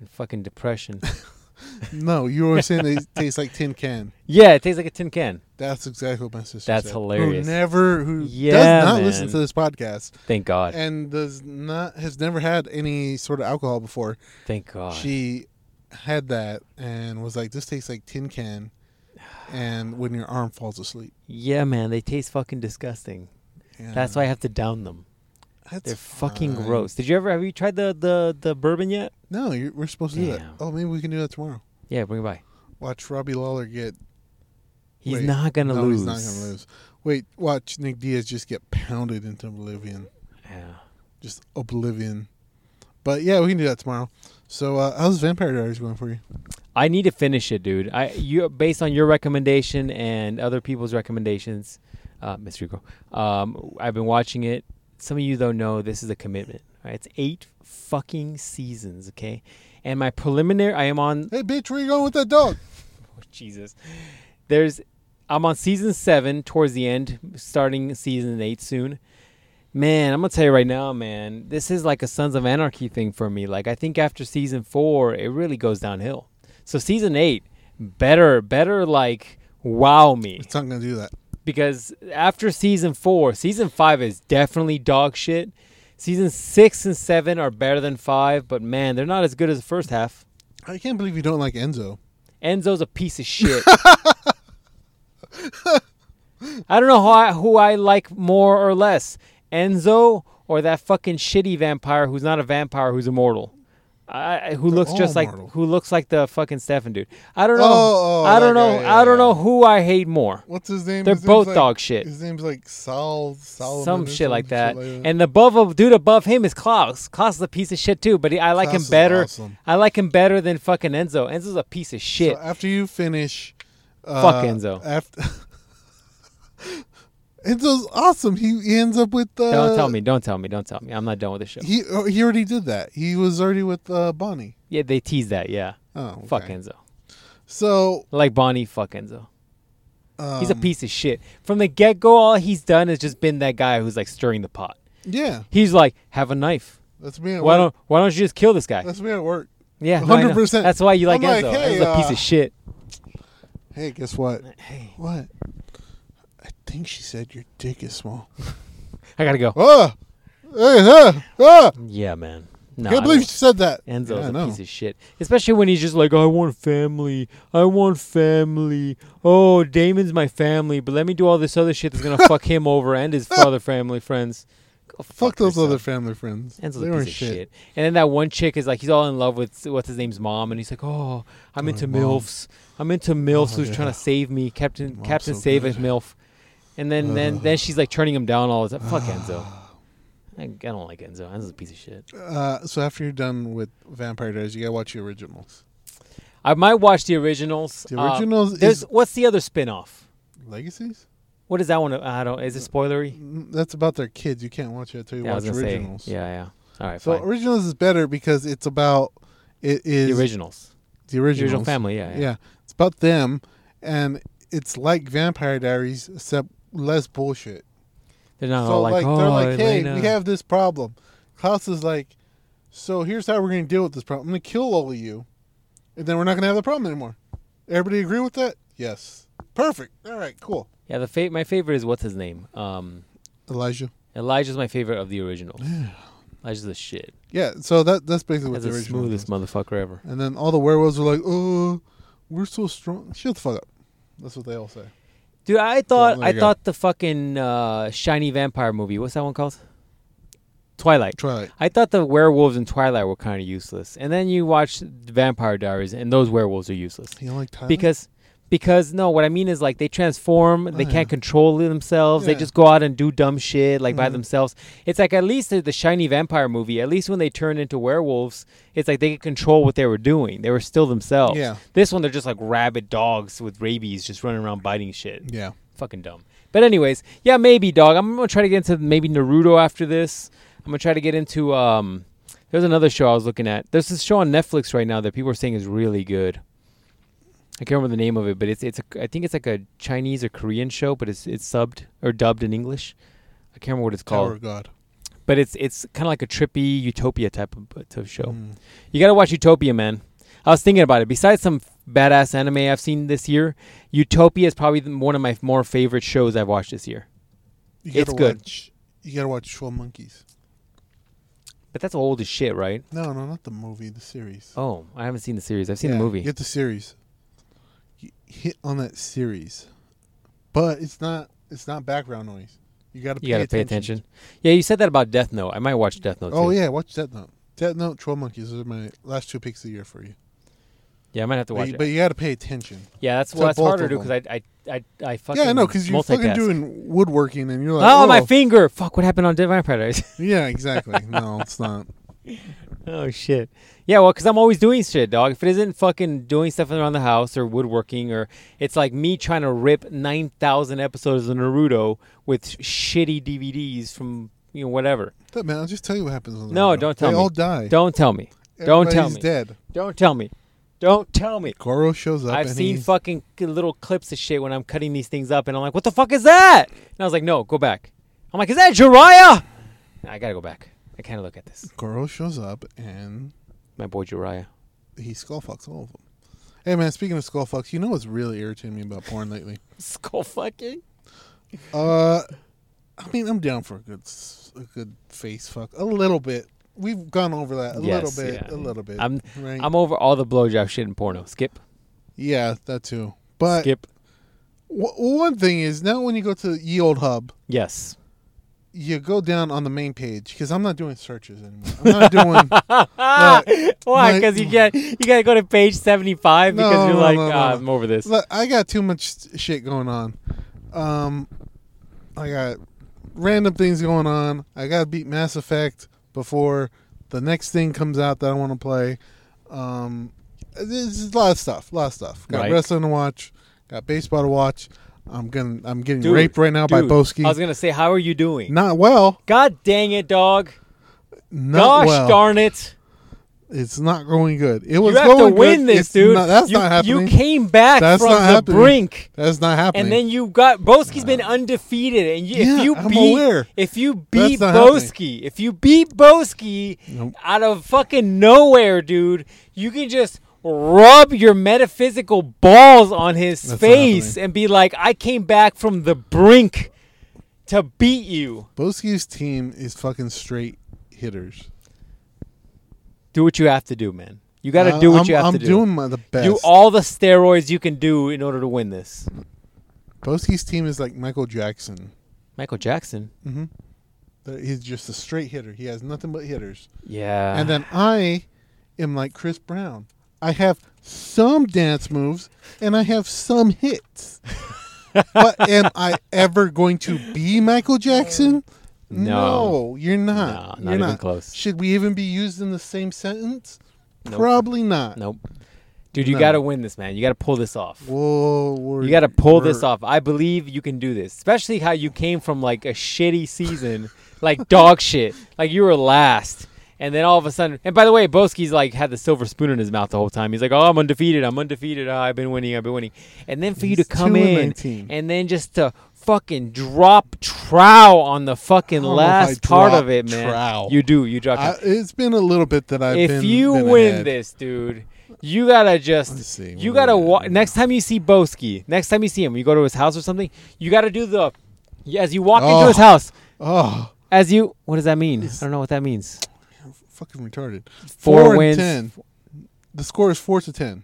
C: and fucking depression.
D: no, you were saying they taste like tin can.
C: yeah, it tastes like a tin can.
D: That's exactly what my sister
C: That's
D: said.
C: hilarious.
D: Who never, who
C: Yeah,
D: does not listen
C: man.
D: to this podcast,
C: Thank God.
D: and does not has never had any sort of alcohol before.
C: Thank God.
D: She had that and was like, "This tastes like tin can," and when your arm falls asleep.
C: yeah, man, they taste fucking disgusting.
D: Yeah.
C: That's why I have to down them.
D: That's
C: They're fucking
D: fine.
C: gross. Did you ever have you tried the the the bourbon yet?
D: No, you're, we're supposed to do that.
C: Damn.
D: Oh, maybe we can do that tomorrow.
C: Yeah, bring it by.
D: Watch Robbie Lawler get.
C: He's
D: Wait,
C: not gonna
D: no,
C: lose.
D: he's not gonna lose. Wait, watch Nick Diaz just get pounded into oblivion,
C: Yeah.
D: just oblivion. But yeah, we can do that tomorrow. So, uh, how's Vampire Diaries going for you?
C: I need to finish it, dude. I you based on your recommendation and other people's recommendations, uh, Mystery Girl. Um, I've been watching it. Some of you don't know this is a commitment. Right? It's eight fucking seasons, okay? And my preliminary, I am on.
D: Hey, bitch, where you going with that dog?
C: oh, Jesus, there's. I'm on season seven towards the end, starting season eight soon. Man, I'm gonna tell you right now, man. This is like a Sons of Anarchy thing for me. Like I think after season four, it really goes downhill. So season eight, better, better like wow me
D: It's not gonna do that.
C: because after season four, season five is definitely dog shit. Season six and seven are better than five, but man, they're not as good as the first half.
D: I can't believe you don't like Enzo.
C: Enzo's a piece of shit. I don't know who I, who I like more or less, Enzo or that fucking shitty vampire who's not a vampire who's immortal, I, I- who looks
D: all
C: just like
D: immortal.
C: who looks like the fucking Stefan dude. I don't know.
D: Oh, oh,
C: I don't
D: that
C: know.
D: guy, yeah,
C: I don't
D: yeah.
C: know who I hate more.
D: What's his name?
C: They're
D: His name's
C: both
D: like-
C: dog shit.
D: His name's like Sol Solomon.
C: some
D: or
C: shit like
D: some
C: that.
D: like
C: And above a dude above him is Klaus. Klaus is a piece of shit too, but he, I like
D: Klaus
C: him
D: is
C: better.
D: awesome.
C: I like him better than fucking Enzo. Enzo's a piece of shit.
D: So after you finish, uh,
C: Fuck Enzo.
D: After Enzo's awesome. He, he ends up with. Uh,
C: don't tell me, don't tell me, don't tell me. I'm not done with the show.
D: He oh, he already did that. He was already with uh, Bonnie.
C: Yeah, they tease that. Yeah,
D: Oh, okay.
C: fuck Enzo.
D: So
C: Like Bonnie, fuck Enzo.
D: um,
C: He's a piece of shit from the get go. All he's done is just been that guy who's like stirring the pot.
D: Yeah,
C: He's like, have a knife.
D: that's me. At
C: Why
D: work.
C: don't Why don't you just kill this guy?
D: That's me at work.
C: Yeah, no, I know.
D: 100%.
C: That's why you like
D: I'm like,
C: Enzo.
D: hey,
C: Enzo's a piece
D: uh,
C: of shit.
D: Hey, guess what?
C: Hey,
D: What? I think she said your dick is small.
C: I gotta go.
D: Oh, hey, ah, ah.
C: Yeah, man. No,
D: can't
C: I
D: believe
C: don't-
D: she said that.
C: Enzo's
D: Yeah, I
C: a
D: know.
C: piece of shit. Especially when he's just like, I want family. I want family. Oh, Damon's my family, but let me do all this other shit that's going to fuck him over and his other family friends. Go
D: Fuck those
C: yourself.
D: other family friends.
C: Enzo's
D: they
C: a
D: were
C: piece of shit. And then that one chick is like, he's all in love with what's his name's mom, and he's like, oh, I'm into
D: mom.
C: milfs. I'm into milfs
D: Oh,
C: who's trying
D: yeah.
C: to save me, Captain
D: Mom's
C: Captain
D: so
C: Save
D: good.
C: us milf. And then then then she's like turning him down all the time. Fuck Enzo. I, I don't like Enzo. Enzo's a piece of shit.
D: Uh, so after you're done with Vampire Diaries, you gotta watch the originals.
C: I might watch the originals.
D: The
C: Uh,
D: originals
C: there's
D: is
C: what's the other spin-off?
D: Legacies.
C: What is that one? I don't. Is it spoilery?
D: Mm, That's about their kids. You can't watch it until you
C: Yeah, I
D: watch
C: was gonna
D: originals.
C: say. Yeah, yeah. All right,
D: So
C: fine.
D: originals is better because it's about it is
C: the originals,
D: the
C: the
D: originals.
C: original family. Yeah,
D: Yeah.
C: yeah.
D: it's about them, and it's like Vampire Diaries except less bullshit.
C: They're not
D: so
C: all
D: like,
C: like, oh,
D: they're like, hey,
C: Elena."
D: we have this problem. Klaus is like, so here's how we're gonna deal with this problem. I'm gonna kill all of you, and then we're not gonna have the problem anymore. Everybody agree with that? Yes. Perfect. All right. Cool.
C: yeah. The fa- my favorite is what's his name? Um,
D: Elijah.
C: Elijah's my favorite of the originals. Elijah's the shit.
D: Yeah. So that that's basically what
C: That's
D: the
C: the
D: original.
C: smoothest
D: is.
C: motherfucker ever.
D: And then all the werewolves were like, oh, we're so strong. Shut the fuck up. That's what they all say.
C: Dude, I thought
D: there
C: I
D: you go.
C: thought the fucking uh, shiny vampire movie. What's that one called? Twilight.
D: Twilight.
C: I thought the werewolves in Twilight were kind of useless, and then you watch Vampire Diaries, and those werewolves are useless
D: You don't like Tyler?
C: because because no, what I mean is like they transform, they
D: Oh, yeah.
C: can't control themselves. They
D: Yeah.
C: just go out and do dumb shit like by
D: Mhm.
C: themselves. It's like at least the, the shiny vampire movie. At least when they turn into werewolves, it's like they could control what they were doing. They were still themselves.
D: Yeah.
C: This one, they're just like rabid dogs with rabies, just running around biting shit.
D: yeah,
C: Fucking dumb. But anyways, yeah, maybe dog. I'm gonna try to get into maybe Naruto after this. I'm gonna try to get into um. There's another show I was looking at. There's this show on Netflix right now that people are saying is really good. I can't remember the name of it, but it's it's a, I think it's like a Chinese or Korean show, but it's it's subbed or dubbed in English. I can't remember what it's
D: Tower
C: called,
D: of God.
C: but it's it's kind of like a trippy utopia type of, type of show.
D: Mm.
C: You gotta watch Utopia, man. I was thinking about it. Besides some f- badass anime I've seen this year, Utopia is probably the- one of my more favorite shows I've watched this year.
D: You
C: It's good.
D: Watch, you gotta watch Twelve Monkeys.
C: But that's old as shit, right?
D: No, no, not the movie, the series.
C: Oh, I haven't seen the series. I've seen
D: Yeah,
C: the movie.
D: Get the series. You hit on that series, but it's not it's not background noise. You gotta pay
C: You gotta pay attention. Yeah, you said that about Death Note. I might watch Death Note.
D: Oh
C: too.
D: yeah, watch Death Note. Death Note, Troll Monkeys are my last two picks of the year for you.
C: yeah, I might have to
D: But
C: watch
D: you,
C: it.
D: but you gotta pay attention.
C: yeah, that's
D: to
C: well, that's
D: both
C: harder
D: of
C: to do because I, I I I fucking
D: yeah, I know because you're fucking
C: multitask.
D: doing woodworking and you're like,
C: oh,
D: oh,
C: my finger! Fuck! What happened on Dead Vampire Diaries?
D: yeah, exactly. No, it's not.
C: Oh shit. Yeah, well, because I'm always doing shit, dog. If it isn't fucking doing stuff around the house or woodworking or it's like me trying to rip nine thousand episodes of Naruto with sh- shitty DVDs from you know whatever.
D: Look, man, I'll just tell you what happens. On the
C: No,
D: road.
C: don't tell
D: they
C: me.
D: all die.
C: Don't tell me. don't tell
D: Everybody's
C: me.
D: dead.
C: Don't tell me. Don't tell me.
D: Goro shows up.
C: I've
D: and
C: seen
D: he-
C: fucking k- little clips of shit when I'm cutting these things up, and I'm like, "What the fuck is that?" And I was like, "No, go back." I'm like, "Is that Jiraiya?" I gotta go back. I can't look at this.
D: Goro shows up and
C: My boy Jiraiya.
D: he skull fucks all of them. Hey man, speaking of skull fucks, you know what's really irritating me about porn lately?
C: Skull fucking.
D: Uh, I mean, I'm down for a good s- a good face fuck, a little bit. We've gone over that a
C: Yes,
D: little bit,
C: yeah.
D: a little bit.
C: I'm
D: right?
C: I'm over all the blowjob shit in porno. Skip,
D: yeah, that too. But
C: skip.
D: w- one thing is now when you go to ye old hub,
C: Yes.
D: you go down on the main page because I'm not doing searches anymore. I'm not doing.
C: Ah,
D: my-
C: why? Because you get you gotta go to page seventy five because
D: No,
C: you're
D: no,
C: like,
D: no, no,
C: "Ah,
D: no.
C: I'm over this.
D: Look, I got too much st- shit going on. Um, I got random things going on. I got to beat Mass Effect before the next thing comes out that I want to play. Um, there's a lot of stuff. A lot of stuff. Got
C: Right.
D: wrestling to watch. Got baseball to watch. I'm gonna. I'm getting
C: Dude,
D: raped right now by
C: dude,
D: Boski.
C: I was gonna say, how are you doing?
D: Not well.
C: God dang it, dog!
D: Not
C: Gosh
D: well.
C: darn it!
D: It's not going good. It was
C: you have to
D: going
C: win
D: good.
C: this,
D: It's
C: dude.
D: not- that's
C: you,
D: not
C: You
D: happening.
C: came back
D: That's
C: from
D: not
C: the
D: happening.
C: brink,
D: that's not happening.
C: and then you got Boski's been undefeated. And you,
D: Yeah,
C: if you
D: I'm
C: beat,
D: aware.
C: if you beat
D: not happening.
C: Boski, if you beat Boski
D: Nope.
C: out of fucking nowhere, dude, you can just rub your metaphysical balls on his
D: That's not
C: face
D: happening.
C: and be like, "I came back from the brink to beat you."
D: Boski's team is fucking straight hitters.
C: Do what you have to do, man. You got to do what
D: Uh, I'm,
C: you have
D: I'm
C: to do.
D: doing my, the best.
C: do all the steroids you can do in order to win this.
D: Boski's team is like Michael Jackson.
C: Michael Jackson.
D: That He's just a straight hitter. He has nothing but hitters.
C: Yeah.
D: and then
C: Ah.
D: I am like Chris Brown. I have some dance moves and I have some hits. but am I ever going to be Michael Jackson?
C: No.
D: you're not.
C: No, not
D: You're
C: even close.
D: Should we even be used in the same sentence?
C: Nope.
D: Probably not.
C: nope. Dude, you
D: No.
C: got to win this, man. You got to pull this off.
D: Whoa, we're-
C: You got to pull this
D: we're-
C: off. I believe you can do this. Especially how you came from like a shitty season, like dog shit. Like you were last. And then all of a sudden, and by the way, Boski's like had the silver spoon in his mouth the whole time. He's like, "Oh, I'm undefeated. I'm undefeated. Ah, I've been winning. I've been winning." And then for you to
D: He's
C: come
D: 2 and
C: in
D: 19.
C: and then just to fucking drop trow on the fucking
D: Oh, I don't know if
C: last
D: I
C: part
D: drop
C: of it, man.
D: trow.
C: You do. You drop.
D: I,
C: trow.
D: it's been a little bit that I've
C: if
D: been.
C: you
D: been
C: win
D: ahead.
C: this, dude, you gotta just
D: Let's see,
C: you
D: where
C: gotta
D: we at
C: wa-
D: right
C: next time you see Boski, next time you see him, you go to his house or something. You gotta do the as you walk into
D: Oh.
C: his house.
D: oh,
C: As you, what does that mean? I don't know what that means.
D: fucking retarded.
C: Four
D: and
C: wins.
D: ten. The score is four to ten.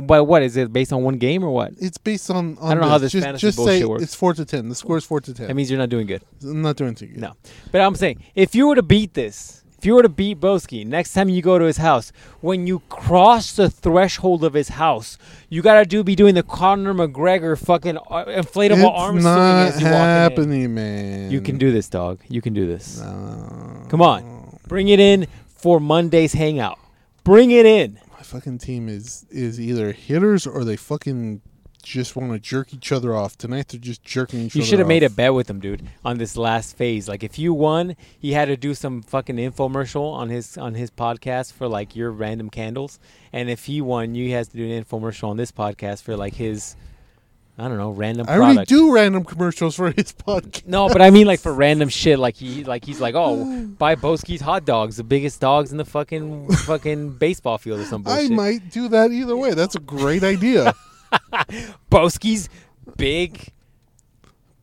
C: By what is it based on one game or what?
D: It's based on. on
C: don't know how this
D: just,
C: fantasy
D: just
C: bullshit
D: say
C: works.
D: It's four to ten. The score is four to ten.
C: That means you're not doing good.
D: I'm not doing too good.
C: No. But I'm saying, if you were to beat this, if you were to beat Boski, next time you go to his house, when you cross the threshold of his house, you gotta do be doing the Conor McGregor fucking ar- inflatable
D: it's
C: arm swing
D: not
C: as you walk in.
D: happening, man. Uh,
C: You can do this, dog. You can do this.
D: No.
C: Come on, bring it in for Monday's hangout. Bring it in.
D: My fucking team is is either hitters or they fucking just want to jerk each other off. Tonight they're just jerking each
C: You
D: other.
C: should have made a
D: off.
C: bet with him, dude, on this last phase. Like, if you won, he had to do some fucking infomercial on his on his podcast for like your random candles, and if he won, you has to do an infomercial on this podcast for like his, I don't know, random.
D: I already
C: product.
D: do random commercials for his podcast.
C: No, but I mean like for random shit. Like he like he's like, oh, buy Boski's hot dogs, the biggest dogs in the fucking fucking baseball field or some
D: I
C: bullshit.
D: might do that either way. That's a great idea.
C: Boski's big,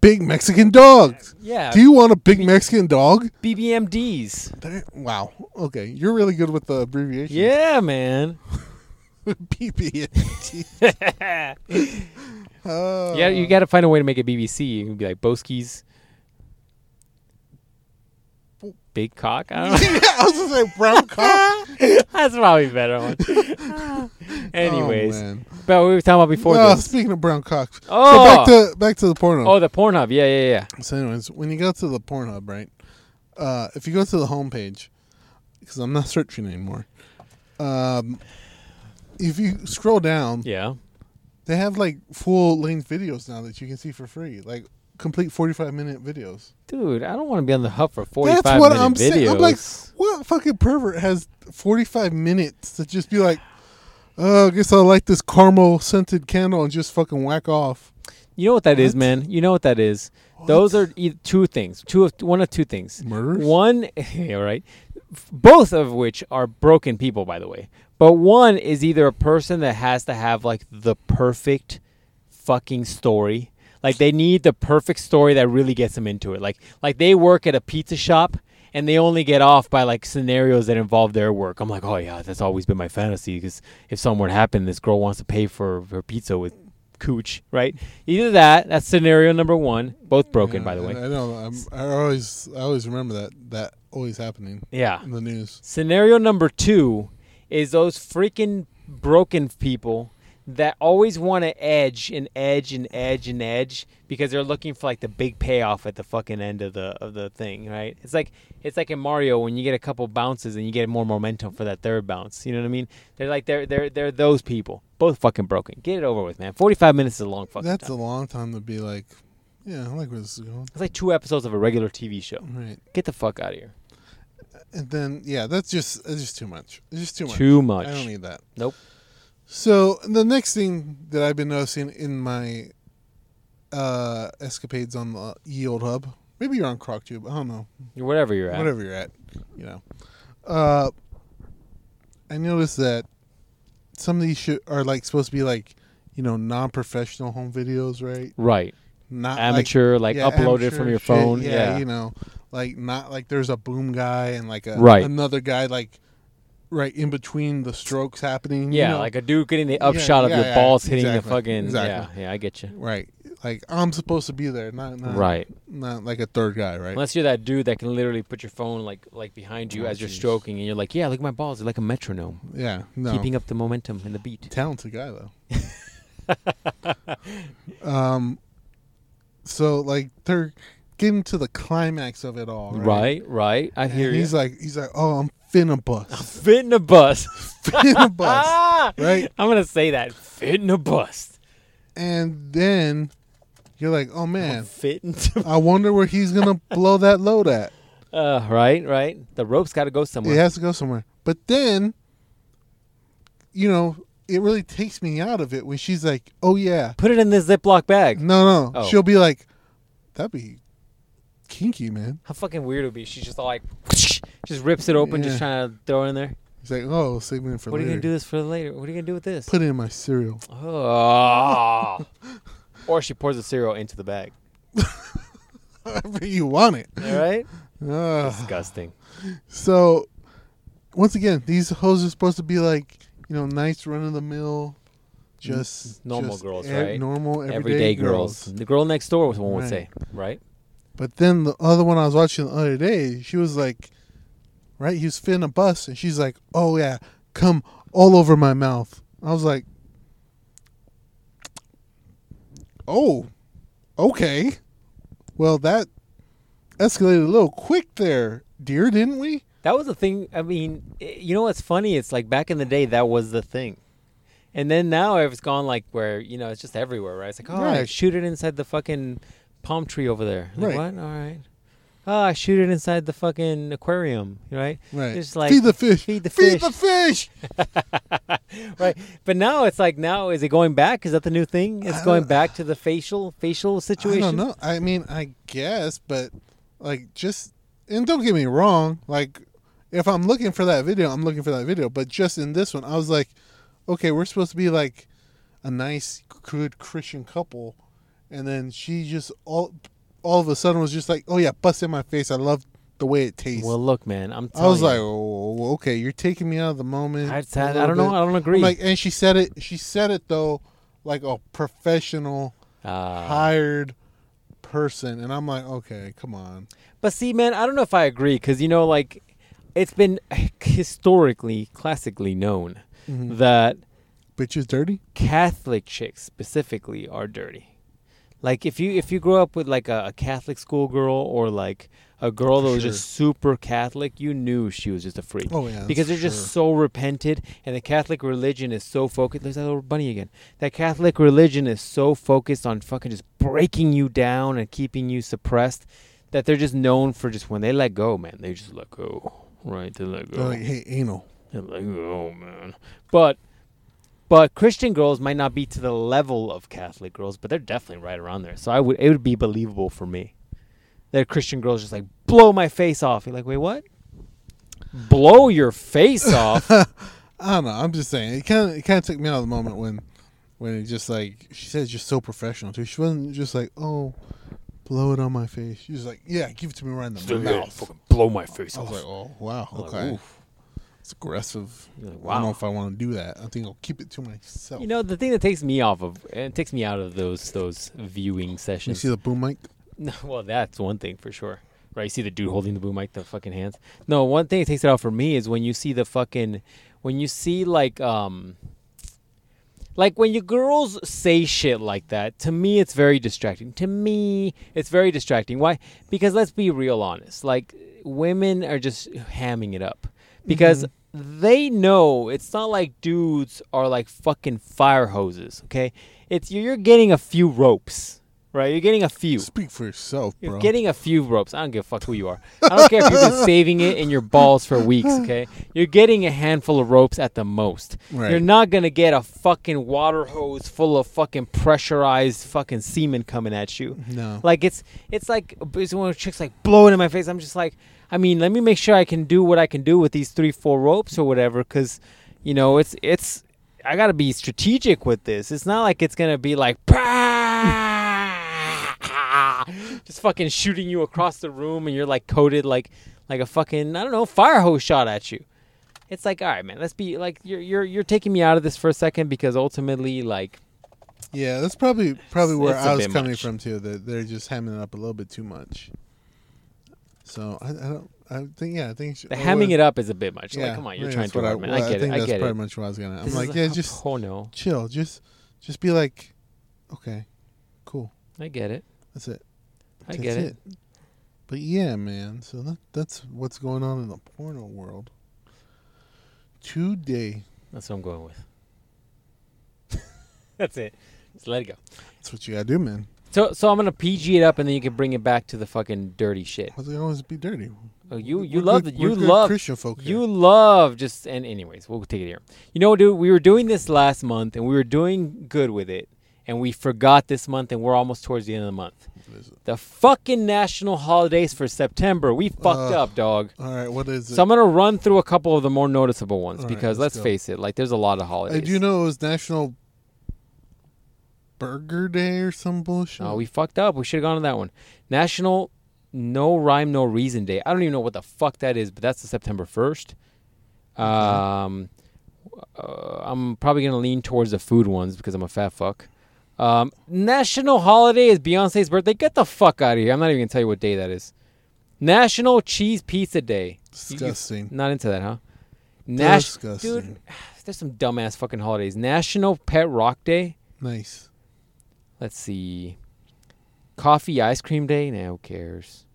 D: big Mexican dogs.
C: yeah,
D: Do you want a big Mexican dog?
C: BBMDs.
D: There- Wow. Okay, you're really good with the abbreviation.
C: Yeah, man.
D: BBMT. Uh,
C: Yeah, you got to find a way to make it BBC. You can be like Boski's big cock. I don't know.
D: yeah, I was gonna say brown cock.
C: That's probably a better one. Anyways,
D: oh, man.
C: but we were talking about before
D: Well,
C: this.
D: speaking of brown cock.
C: Oh.
D: so back to back to the porno.
C: Oh, the Pornhub. Yeah, yeah, yeah.
D: So, anyways, when you go to the Pornhub, right? Uh, if you go to the homepage, because I'm not searching anymore. Um, if you scroll down,
C: Yeah.
D: they have like full length videos now that you can see for free, like complete 45 minute videos.
C: Dude, I don't want to be on the hub for 45
D: That's what
C: minute
D: I'm
C: videos.
D: saying. I'm like, what fucking pervert has 45 minutes to just be like, oh, I guess I'll light this caramel scented candle and just fucking whack off.
C: you know what that is,
D: What?
C: man? You know what that is? Those are e- two things. Two of one of two things.
D: Murders?
C: One, yeah, right. F- Both of which are broken people, by the way. But one is either a person that has to have like the perfect fucking story. Like they need the perfect story that really gets them into it. Like like they work at a pizza shop and they only get off by like scenarios that involve their work. I'm like, oh yeah, that's always been my fantasy because if something were to happen, this girl wants to pay for her pizza with cooch, right? Either that. That's scenario number one. Both broken,
D: Yeah,
C: by the way.
D: I, I know. I'm, I always, I always remember that that always happening
C: Yeah.
D: in the news.
C: Scenario number two is those freaking broken people that always want to edge and edge and edge and edge because they're looking for like the big payoff at the fucking end of the of the thing, right? It's like it's like in Mario when you get a couple bounces and you get more momentum for that third bounce. You know what I mean? They're like they're they're they're those people. Both fucking broken. Get it over with, man. Forty five minutes is a long fucking
D: That's
C: time.
D: a long time to be like, yeah, I like where this is going.
C: it's like two episodes of a regular TV show.
D: Right,
C: Get the fuck out of here.
D: and then yeah, that's just that's just too much. It's just too much.
C: Too much.
D: I don't need that.
C: Nope.
D: So the next thing that I've been noticing in my uh escapades on the ye old hub, maybe you're on CrocTube. I don't know.
C: Whatever you're at.
D: Whatever you're at, you know. Uh, I noticed that some of these shit are like supposed to be like, you know, non-professional home videos, right?
C: Right.
D: Not like-
C: Amateur, like,
D: yeah,
C: uploaded
D: amateur
C: from your
D: shit,
C: phone.
D: you know, like not like there's a boom guy and like a,
C: Right.
D: another guy like right in between the strokes happening. you
C: Yeah,
D: know?
C: like a dude getting the upshot
D: yeah,
C: of your
D: yeah,
C: balls hitting the
D: exactly,
C: fucking.
D: exactly.
C: Yeah, yeah, I get you.
D: right, like I'm supposed to be there, not, not
C: Right.
D: not like a third guy, right?
C: Unless you're that dude that can literally put your phone like like behind you
D: Oh,
C: as you're
D: jeez. Oh.
C: stroking, and you're like, yeah, look at my balls, they're like a metronome,
D: yeah, no,
C: keeping up the momentum and the beat.
D: talented guy though. um, so like they're getting to the climax of it all, right?
C: Right, right. I
D: And
C: hear you.
D: he's like, he's like, oh, I'm finna bust,
C: fit in a bus.
D: finna bust,
C: Ah!
D: right?
C: I'm gonna say that. Fit in a bust.
D: And then you're like, oh man,
C: Fit into.
D: I wonder where he's gonna blow that load at.
C: Uh, right, right. The rope's got to go somewhere.
D: It has to go somewhere. But then, you know, it really takes me out of it when she's like, oh yeah,
C: Put it in this Ziploc bag.
D: no, no,
C: Oh.
D: she'll be like, that'd be kinky, man.
C: How fucking weird it would be. She's just all like, just rips it open,
D: Yeah.
C: just trying to throw it in there.
D: He's like, oh, save me for
C: What are you
D: later.
C: gonna do this for later? What are you gonna do with this?
D: Put it in my cereal.
C: Oh. or she pours the cereal into the bag.
D: However you want it.
C: All right?
D: Ugh.
C: Disgusting.
D: So, once again, these hoes are supposed to be like, you know, nice run of the mill just
C: normal
D: just
C: girls,
D: e-
C: right?
D: Normal everyday, girls.
C: The girl next door was one would
D: Right.
C: say, right?
D: But then the other one I was watching the other day, she was like, right, he was fitting a bus, and she's like, oh yeah, come all over my mouth. I was like, oh, okay. Well, that escalated a little quick there, dear, didn't we?
C: That was the thing. I mean, i you know what's funny? It's like back in the day, that was the thing. And then now it's gone like where, you know, it's just everywhere, right? It's like, oh, I
D: Right.
C: shoot it inside the fucking palm tree over there. Like,
D: Right.
C: what? All right. Oh, I shoot it inside the fucking aquarium, right?
D: Right.
C: Just like
D: feed the fish.
C: Feed the
D: Feed
C: fish.
D: the fish.
C: right. But now it's like, now is it going back? Is that the new thing? It's
D: I
C: going
D: don't-
C: back to the facial facial situation.
D: I don't know. I mean, I guess, but like, just and don't get me wrong. Like, if I'm looking for that video, I'm looking for that video. But just in this one, I was like, okay, we're supposed to be like a nice, good Christian couple, and then she just all all of a sudden was just like, oh yeah, bust in my face. I love the way it tastes.
C: Well, look, man, I'm telling
D: I was
C: you.
D: like, oh, okay, you're taking me out of the moment. a
C: I, I,
D: little
C: don't know.
D: bit."
C: I don't agree.
D: I'm like, and she said it. She said it though, like a professional
C: Ah.
D: hired person and i'm like okay come on
C: But see, man, I don't know if I agree because you know, like, it's been historically, classically known
D: Hmm.
C: that
D: bitches dirty
C: Catholic chicks specifically are dirty. Like, if you if you grow up with like a, a Catholic schoolgirl or like a girl that was just super Catholic, you knew she was just a freak.
D: Oh, yeah,
C: because
D: for
C: they're just so repented, and the Catholic religion is so focused. There's that little bunny again. That Catholic religion is so focused on fucking just breaking you down and keeping you suppressed that they're just known for just when they let go, man. They just let go, right? They let go.
D: They're like hey anal
C: I'm like, oh man. But but Christian girls might not be to the level of Catholic girls, but they're definitely right around there. So I would it would be believable for me. That Christian girls just like blow my face off. You're like, wait, what? Blow your face off.
D: i don't know i'm just saying it kind of it kind of took me out of the moment when when it just like she said you're so professional too she wasn't just like oh blow it on my face she was like yeah give it to me right in the mouth
C: Fucking blow my face
D: i was
C: off.
D: like oh wow
C: like,
D: okay it's aggressive
C: You're like,
D: i don't know
C: wow.
D: if i want to do that i think i'll keep it to myself
C: You know the thing that takes me off of it takes me out of those those viewing
D: you
C: sessions.
D: see the boom mic
C: No, well, that's one thing for sure. Right? You see the dude holding the boom mic, the fucking hands. No, one thing that takes it out for me is when you see the fucking, when you see like, um, like when you girls say shit like that. To me, it's very distracting. To me, it's very distracting. Why? Because let's be real, honest. Like women are just hamming it up because. They know it's not like dudes are like fucking fire hoses, okay? It's you're getting a few ropes, right? You're getting a few.
D: speak for yourself bro
C: You're getting a few ropes. I don't give a fuck who you are. I don't care if you've been saving it in your balls for weeks, okay? You're getting a handful of ropes at the most.
D: Right.
C: You're not going to get a fucking water hose full of fucking pressurized fucking semen coming at you.
D: No.
C: Like it's it's like it's when chicks like blow it in my face. I'm just like, I mean, let me make sure I can do what I can do with these 3 4 ropes or whatever cuz you know, it's it's I got to be strategic with this. It's not like it's going to be like just fucking shooting you across the room and you're like coated like like a fucking I don't know fire hose shot at you. It's like all right, man. Let's be like you're you're you're taking me out of this for a second because ultimately like
D: Yeah, that's probably probably where
C: it's a
D: I was
C: bit
D: coming
C: much.
D: from too. That they're just hamming it up a little bit too much. So I, I don't. I think yeah. I think she,
C: the hamming it up is a bit much. like come on, you're
D: yeah,
C: trying
D: that's
C: to
D: what
C: hard, man.
D: well,
C: I get
D: think
C: it. I
D: that's
C: get
D: pretty
C: it.
D: much what I was gonna.
C: This
D: I'm
C: is
D: like, yeah,
C: a-
D: just
C: oh no,
D: chill. Just just be like, okay, cool.
C: I get it.
D: That's it.
C: I
D: That's
C: get it.
D: But yeah, man. So that that's what's going on in the porno world today.
C: That's what I'm going with. That's it. Just let it go.
D: That's what you gotta do, man.
C: So so I'm gonna PG it up and then you can bring it back to the fucking dirty shit.
D: Why does it always be dirty?
C: Oh, you you
D: We're
C: love
D: good-
C: it. You
D: we're good
C: love
D: Christian folk. here.
C: You love just and anyways, we'll take it here. You know, dude, we were doing this last month and we were doing good with it, and we forgot this month, and we're almost towards the end of the month. The fucking national holidays for September, we fucked
D: Ugh.
C: up, dog.
D: All right, what is it?
C: So I'm gonna run through a couple of the more noticeable ones
D: All right,
C: because
D: let's go.
C: let's, face it, like there's a lot of holidays.
D: I do know it was National Burger Day or some bullshit.
C: No, Oh, we fucked up. We should have gone to that one. National No Rhyme No Reason Day. I don't even know what the fuck that is, but that's the September first. Um, uh, I'm probably gonna lean towards the food ones because I'm a fat fuck. Um, national holiday is Beyonce's birthday. Get the fuck out of here! I'm not even gonna tell you what day that is. National Cheese Pizza Day. You- you-
D: Disgusting.
C: not into that, huh? Nash-
D: Disgusting.
C: Dude, there's some dumbass fucking holidays. National Pet Rock Day.
D: Nice.
C: Let's see. Coffee Ice Cream Day. Nah, who cares?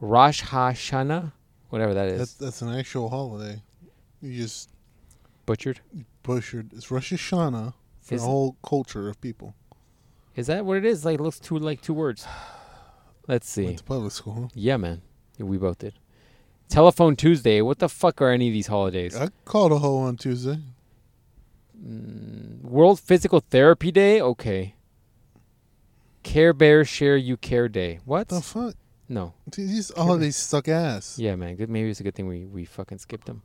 C: Rosh Hashanah. Whatever that is.
D: That's that's an actual holiday. You just
C: Butchered.
D: butchered. It's Rosh Hashanah for
C: Is-
D: a whole culture of people.
C: Is that what it is? Like, it looks two like two words. Let's see.
D: Went to public school.
C: Yeah, man. Yeah, we both did. Telephone Tuesday. What the fuck are any of these holidays?
D: I called a hoe on Tuesday.
C: World Physical Therapy Day. Okay. Care Bear Share You Care Day. What?
D: The fuck?
C: no.
D: Dude, these holidays suck ass.
C: Yeah, man. Good. Maybe it's a good thing we, we fucking skipped them.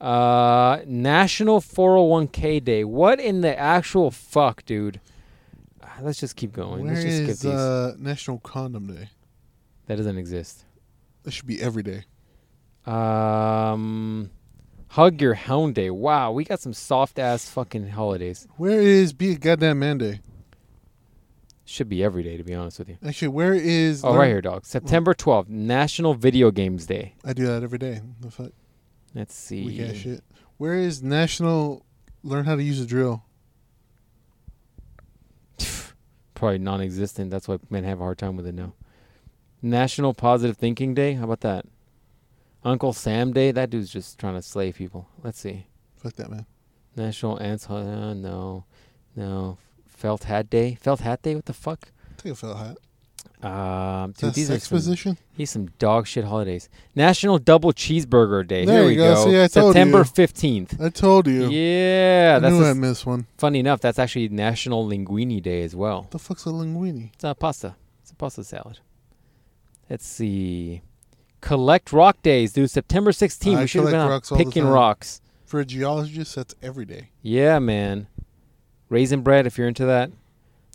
C: Uh, National 401k Day. What in the actual fuck, dude? Uh, Let's just keep going.
D: Where
C: Let's just skip
D: is
C: these.
D: uh, National Condom Day?
C: that doesn't exist.
D: That should be every day.
C: Um, Hug Your Hound Day. Wow, we got some soft ass fucking holidays.
D: Where is Be a Goddamn Man Day?
C: Should be every day, to be honest with you.
D: Actually, where is?
C: Oh,
D: Learn-
C: right here, dog. September 12th, National Video Games Day.
D: I do that every day. The fuck?
C: Let's see.
D: Weak ass shit. Where is National Learn How to Use a Drill?
C: Probably non existent. That's why men have a hard time with it now. National Positive Thinking Day. How about that? Uncle Sam Day. That dude's just trying to slay people. Let's see.
D: Fuck that man.
C: National Ants. Hu- Uh, no. No. Felt Hat Day. Felt Hat Day? What the fuck?
D: Take a felt hat.
C: Um, dude,
D: That's
C: these are
D: sex
C: some,
D: position.
C: these some dog shit holidays. National Double Cheeseburger Day.
D: There
C: Here
D: you
C: we
D: go.
C: go.
D: See, I told
C: September
D: you.
C: 15th.
D: I told you.
C: Yeah,
D: I
C: that's
D: knew
C: a-
D: I missed one.
C: funny enough. That's actually National Linguini Day as well.
D: The fuck's a linguini?
C: It's a pasta. It's a pasta salad. Let's see. Collect rock days, dude. September 16th.
D: I
C: we should have been
D: collect
C: out
D: rocks all the
C: picking
D: time.
C: rocks.
D: For a geologist, that's every day.
C: Yeah, man. Raisin bread, if you're into that.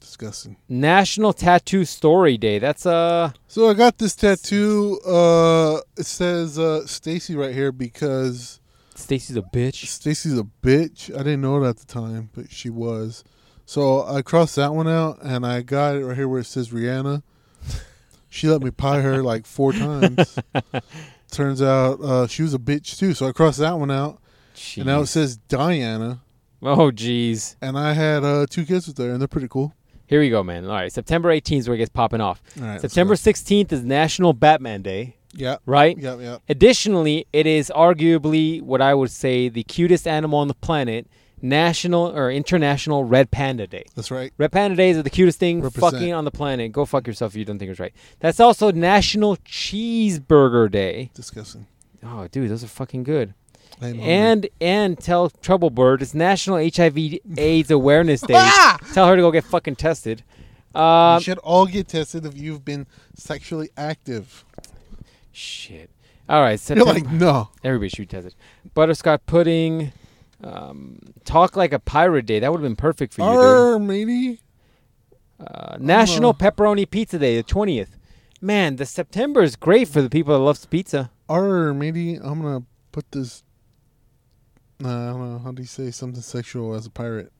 D: Disgusting.
C: National Tattoo Story Day. That's uh
D: So I got this tattoo. Uh, it says uh, Stacy right here because
C: Stacy's a bitch.
D: Stacy's a bitch. I didn't know it at the time, but she was. So I crossed that one out, and I got it right here where it says Rihanna. She let me pie her like four times. Turns out uh, she was a bitch too. So I crossed that one out,
C: Jeez.
D: and now it says Diana.
C: oh, jeez.
D: And I had uh, two kids with her, and they're pretty cool.
C: Here we go, man. All right, September 18th is where it gets popping off.
D: All right, let's
C: September
D: go.
C: 16th is National Batman Day,
D: Yeah,
C: right?
D: yeah, yeah.
C: Additionally, it is arguably what I would say the cutest animal on the planet, National or International Red Panda Day.
D: That's right.
C: Red Panda Days are the cutest thing
D: Represent.
C: fucking on the planet. Go fuck yourself if you don't think it's right. That's also National Cheeseburger Day.
D: Disgusting.
C: Oh, dude, those are fucking good.
D: I am hungry.
C: And and tell Trouble Bird it's National HIV AIDS Awareness Day. Tell her to go get fucking tested.
D: you
C: Um,
D: should all get tested if you've been sexually active.
C: shit. All right,
D: You're
C: September.
D: like, no.
C: Everybody should test it. Butterscotch pudding. Um, talk like a pirate day. That would have been perfect for you, dude.
D: Arr, uh-huh. matey.
C: Uh, National Pepperoni Pizza Day, the twentieth. Man, the September is great for the people that loves pizza.
D: Arr, matey. I'm going to put this. Nah, I don't know. How do you say something sexual as a pirate?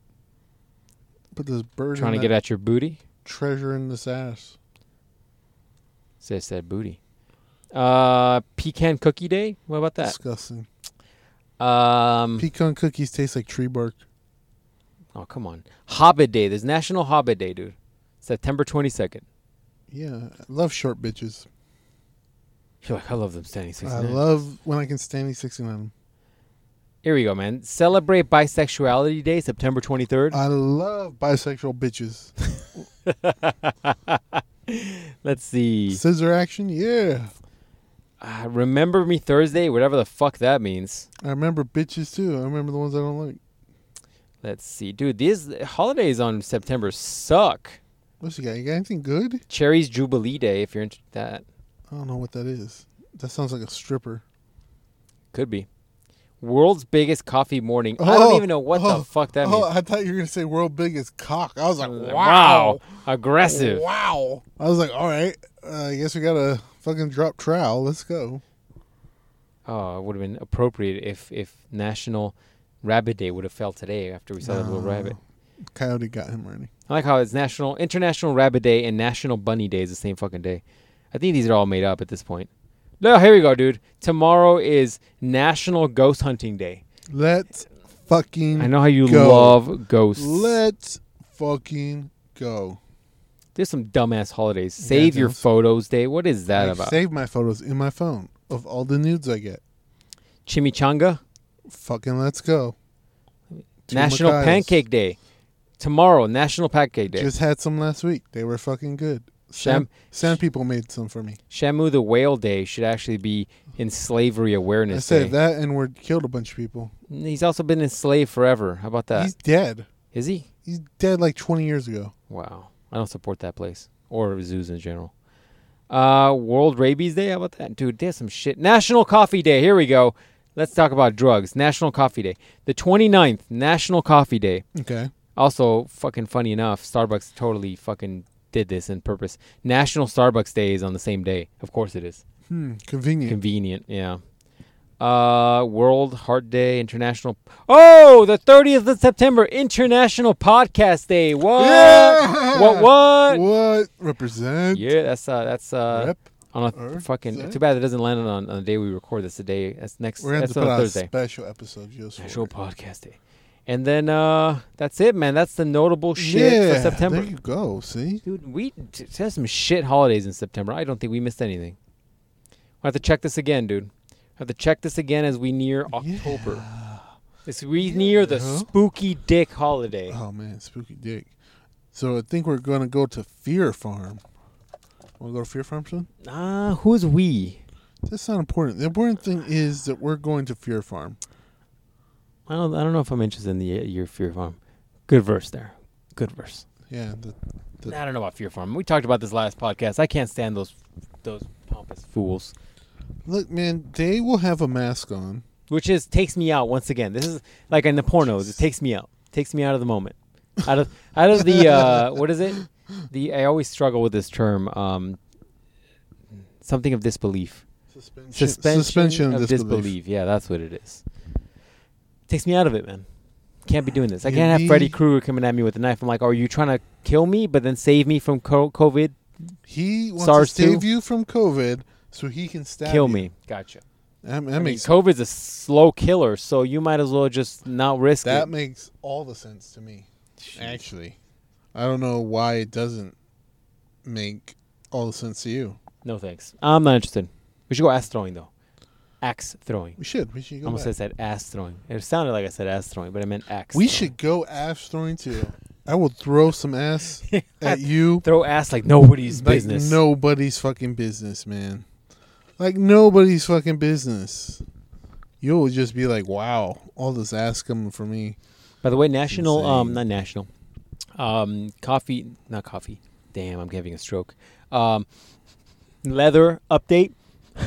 D: Put this bird
C: Trying to
D: in
C: get
D: that
C: at your booty.
D: treasure in this ass.
C: Says that booty. Uh, pecan cookie day. What about that?
D: Disgusting.
C: Um,
D: Pecan cookies taste like tree bark.
C: oh come on. Hobbit day. There's National Hobbit Day, dude. September twenty second.
D: Yeah, I love short bitches.
C: You're like, I love them standing six.
D: I
C: and nine.
D: love when I can stand these 69.
C: Here we go, man. Celebrate Bisexuality Day, September twenty third.
D: I love bisexual bitches.
C: Let's see.
D: Scissor action, yeah.
C: Uh, remember me Thursday, whatever the fuck that means.
D: I remember bitches too. I remember the ones I don't like.
C: Let's see, dude. These holidays on September suck.
D: What's you got? You got anything good?
C: Cherry's Jubilee Day, if you're into that,
D: I don't know what that is. That sounds like a stripper.
C: could be. World's biggest coffee morning. I don't even know what
D: oh,
C: the fuck that
D: oh,
C: means.
D: I thought you were gonna say world biggest cock. I was like,
C: Like,
D: wow,
C: aggressive.
D: wow. I was like, all right. Uh, I guess we gotta fucking drop trowel. Let's go.
C: Oh, it would have been appropriate if if National Rabbit Day would have fell today after we saw that little
D: No.
C: rabbit.
D: Coyote got him running.
C: I like how it's National International Rabbit Day and National Bunny Day is the same fucking day. I think these are all made up at this point. No, here we go, dude. Tomorrow is National Ghost Hunting Day.
D: Let's fucking.
C: I know how you
D: go.
C: love ghosts.
D: Let's fucking go.
C: There's some dumbass holidays. Save your
D: Goddamn.
C: photos day. What is that
D: I
C: about?
D: save my photos in my phone of all the nudes I get.
C: Chimichanga?
D: Fucking let's go. Two
C: National
D: Macayos.
C: Pancake Day. Tomorrow, National Pancake Day.
D: Just had some last week. They were fucking good. Sam,
C: Sham-
D: Sam people made some for me.
C: Shamu the Whale Day should actually be in slavery
D: I
C: awareness day.
D: said that and we killed a bunch of people.
C: He's also been enslaved forever. How about that?
D: He's dead.
C: Is he?
D: He's dead like 20 years ago.
C: Wow. I don't support that place or zoos in general. Uh, World Rabies Day. How about that, dude? There's some shit. National Coffee Day. Here we go. Let's talk about drugs. National Coffee Day. The 29th, National Coffee Day.
D: Okay.
C: Also, fucking funny enough, Starbucks totally fucking did this in purpose. National Starbucks Day is on the same day. Of course it is.
D: Hmm. Convenient.
C: Convenient, yeah. Uh, World Heart Day, International. Oh, the 30th of September, International Podcast Day. What?
D: Yeah!
C: What? What?
D: What? Represent.
C: Yeah, that's uh, that's uh,
D: Rep.
C: on a
D: Earth
C: fucking.
D: Day?
C: Too bad it doesn't land on, on the day we record this. The day that's next.
D: We're going to
C: that's
D: put
C: on a
D: out a
C: Thursday.
D: special episode. Just for
C: Special
D: it.
C: podcast day, and then uh, that's it, man. That's the notable shit for September.
D: There you go. See?
C: Dude, we t- t- had some shit holidays in September. I don't think we missed anything. I have to check this again, dude. I have to check this again as we near October. As we near the
D: Yeah. Uh-huh.
C: spooky dick holiday.
D: Oh, man. Spooky dick. So I think we're going to go to Fear Farm. Want to go to Fear Farm soon?
C: Ah, who's we?
D: That's not important. The important thing is that we're going to Fear Farm.
C: I don't. I don't know if I'm interested in the uh, your fear farm. Good verse there. Good verse.
D: Yeah. The, the,
C: I don't know about fear farm. We talked about this last podcast. I can't stand those those pompous fools.
D: Look, man, they will have a mask on.
C: which is takes me out once again. This is like in the pornos. It takes me out. Takes me out of the moment. Out of out of the uh, what is it? The I always struggle with this term. Um, something of disbelief.
D: Suspension,
C: Suspension,
D: suspension
C: of, disbelief. Yeah, that's what it is. Takes me out of it, man. Can't be doing this. I can't have Freddy
D: Indeed.
C: Krueger coming at me with a knife. I'm like, are you trying to kill me, but then save me from co- COVID?
D: He wants
C: SARS
D: to save
C: too?
D: you from COVID so he can stab
C: kill
D: you.
C: me. Gotcha.
D: That, that
C: I mean,
D: makes
C: COVID's a slow killer, so you might as well just not risk
D: that
C: it.
D: makes all the sense to me. Actually, I don't know why it doesn't make all the sense to you.
C: No thanks. I'm not interested. We should go ass throwing though. Axe throwing.
D: We should. We should
C: I
D: go.
C: almost
D: back.
C: said ass throwing. It sounded like I said ass throwing, but I meant axe.
D: we
C: throwing.
D: should go ass throwing too. I will throw some ass at you.
C: throw ass like nobody's
D: like
C: business.
D: nobody's fucking business, man. Like nobody's fucking business. You'll just be like, "Wow, all this ass coming from me."
C: By the way, national um
D: Insane.
C: not national. Um coffee not coffee. Damn, I'm having a stroke. Um leather update.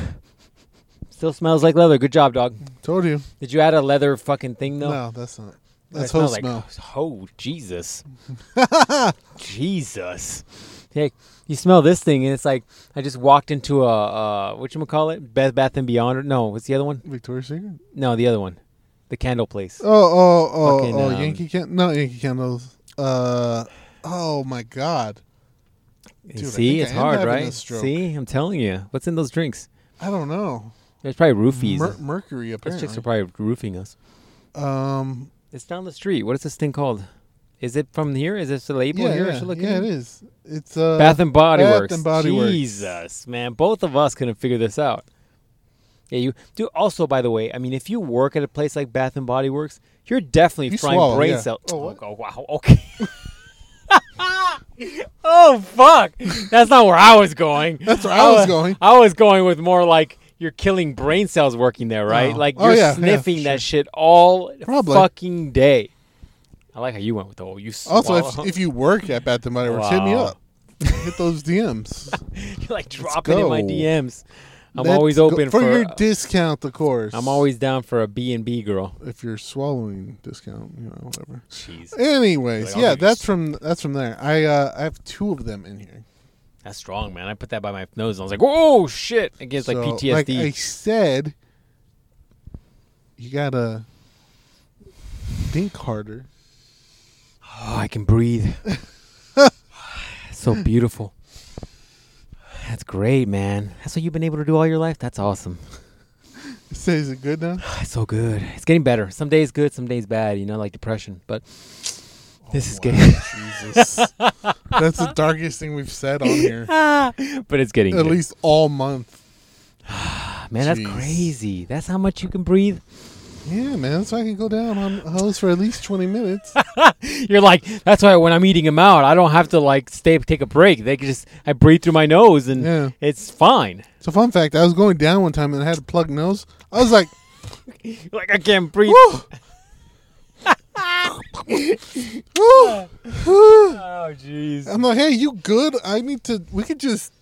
C: Still smells like leather. Good job, dog.
D: Told you.
C: Did you add a leather fucking thing
D: No,
C: though?
D: that's not.
C: That
D: That's whole
C: smells
D: smell.
C: Like, oh, Jesus. Jesus. Hey, you smell this thing, and it's like I just walked into a, uh, whatchamacallit? Bed Bath and Beyond. Or, no, what's the other one?
D: Victoria's Secret.
C: No, the other one. The candle place.
D: Oh, oh, oh,
C: Fucking,
D: oh!
C: um,
D: Yankee can not Yankee candles. Uh, oh my God!
C: You
D: dude, I
C: See,
D: think
C: it's
D: I am
C: hard,
D: having a
C: right?
D: stroke.
C: See, I'm telling you. What's in those drinks?
D: I don't know.
C: There's probably roofies.
D: Mer- mercury
C: those
D: apparently.
C: chicks are probably roofing us.
D: um,
C: It's down the street. What is this thing called? Is it from here? Is this the label
D: yeah,
C: here? I
D: yeah,
C: should look
D: yeah,
C: at
D: it is. It's uh,
C: Bath and Body
D: Bath
C: Works.
D: and Body Works.
C: Jesus, man, both of us couldn't figure this out. Yeah, you do. Also, by the way, I mean, if you work at a place like Bath and Body Works, you're definitely
D: You
C: frying
D: swallow,
C: brain
D: yeah.
C: cells.
D: Oh, what?
C: oh, wow. Okay. oh fuck! That's not where I was going. That's
D: where I was going.
C: I was going with more like you're killing brain cells working there, right?
D: Oh.
C: Like
D: Oh,
C: you're
D: yeah, yeah,
C: sniffing that shit all
D: Probably.
C: fucking day. I like how you went with the whole you.
D: Also, if,
C: swallow.
D: if you work at Bath and Body Works, hit me
C: Wow.
D: up. Hit those DMs.
C: You're like dropping in my
D: go.
C: DMs. I'm
D: Let's
C: always
D: go-
C: open
D: for,
C: for.
D: your discount, of course.
C: I'm always down for a B and B girl.
D: if you're swallowing discount, you know, whatever.
C: Jeez,
D: Anyways,
C: Like, I'll
D: yeah,
C: give you
D: that's from that's from there. I uh, I have two of them in here.
C: that's strong, man. I put that by my nose, and I was like, "Whoa, shit!" It gives
D: So,
C: like PTSD.
D: Like I said, you gotta think harder.
C: Oh, I can breathe. so beautiful. That's great, man. That's what you've been able to do all your life. That's awesome.
D: Say, is it good now?
C: It's so good. It's getting better. Some days good, some days bad. You know, like depression. But this is
D: Wow,
C: getting.
D: Jesus. That's the darkest thing we've said on here.
C: but it's getting.
D: At
C: good.
D: least all month.
C: man, that's
D: Jeez.
C: crazy. That's how much you can breathe.
D: Yeah, man. That's why I can go down on hoes for at least 20 minutes.
C: You're like, that's why when I'm eating them out, I don't have to like stay take a break. They can just I breathe through my nose and
D: Yeah.
C: it's fine.
D: So, fun fact I was going down one time and I had to plug nose. I was like,
C: Like I can't breathe.
D: woo! Woo! Woo!
C: Oh jeez.
D: I'm like, hey, you good? I need to. We could just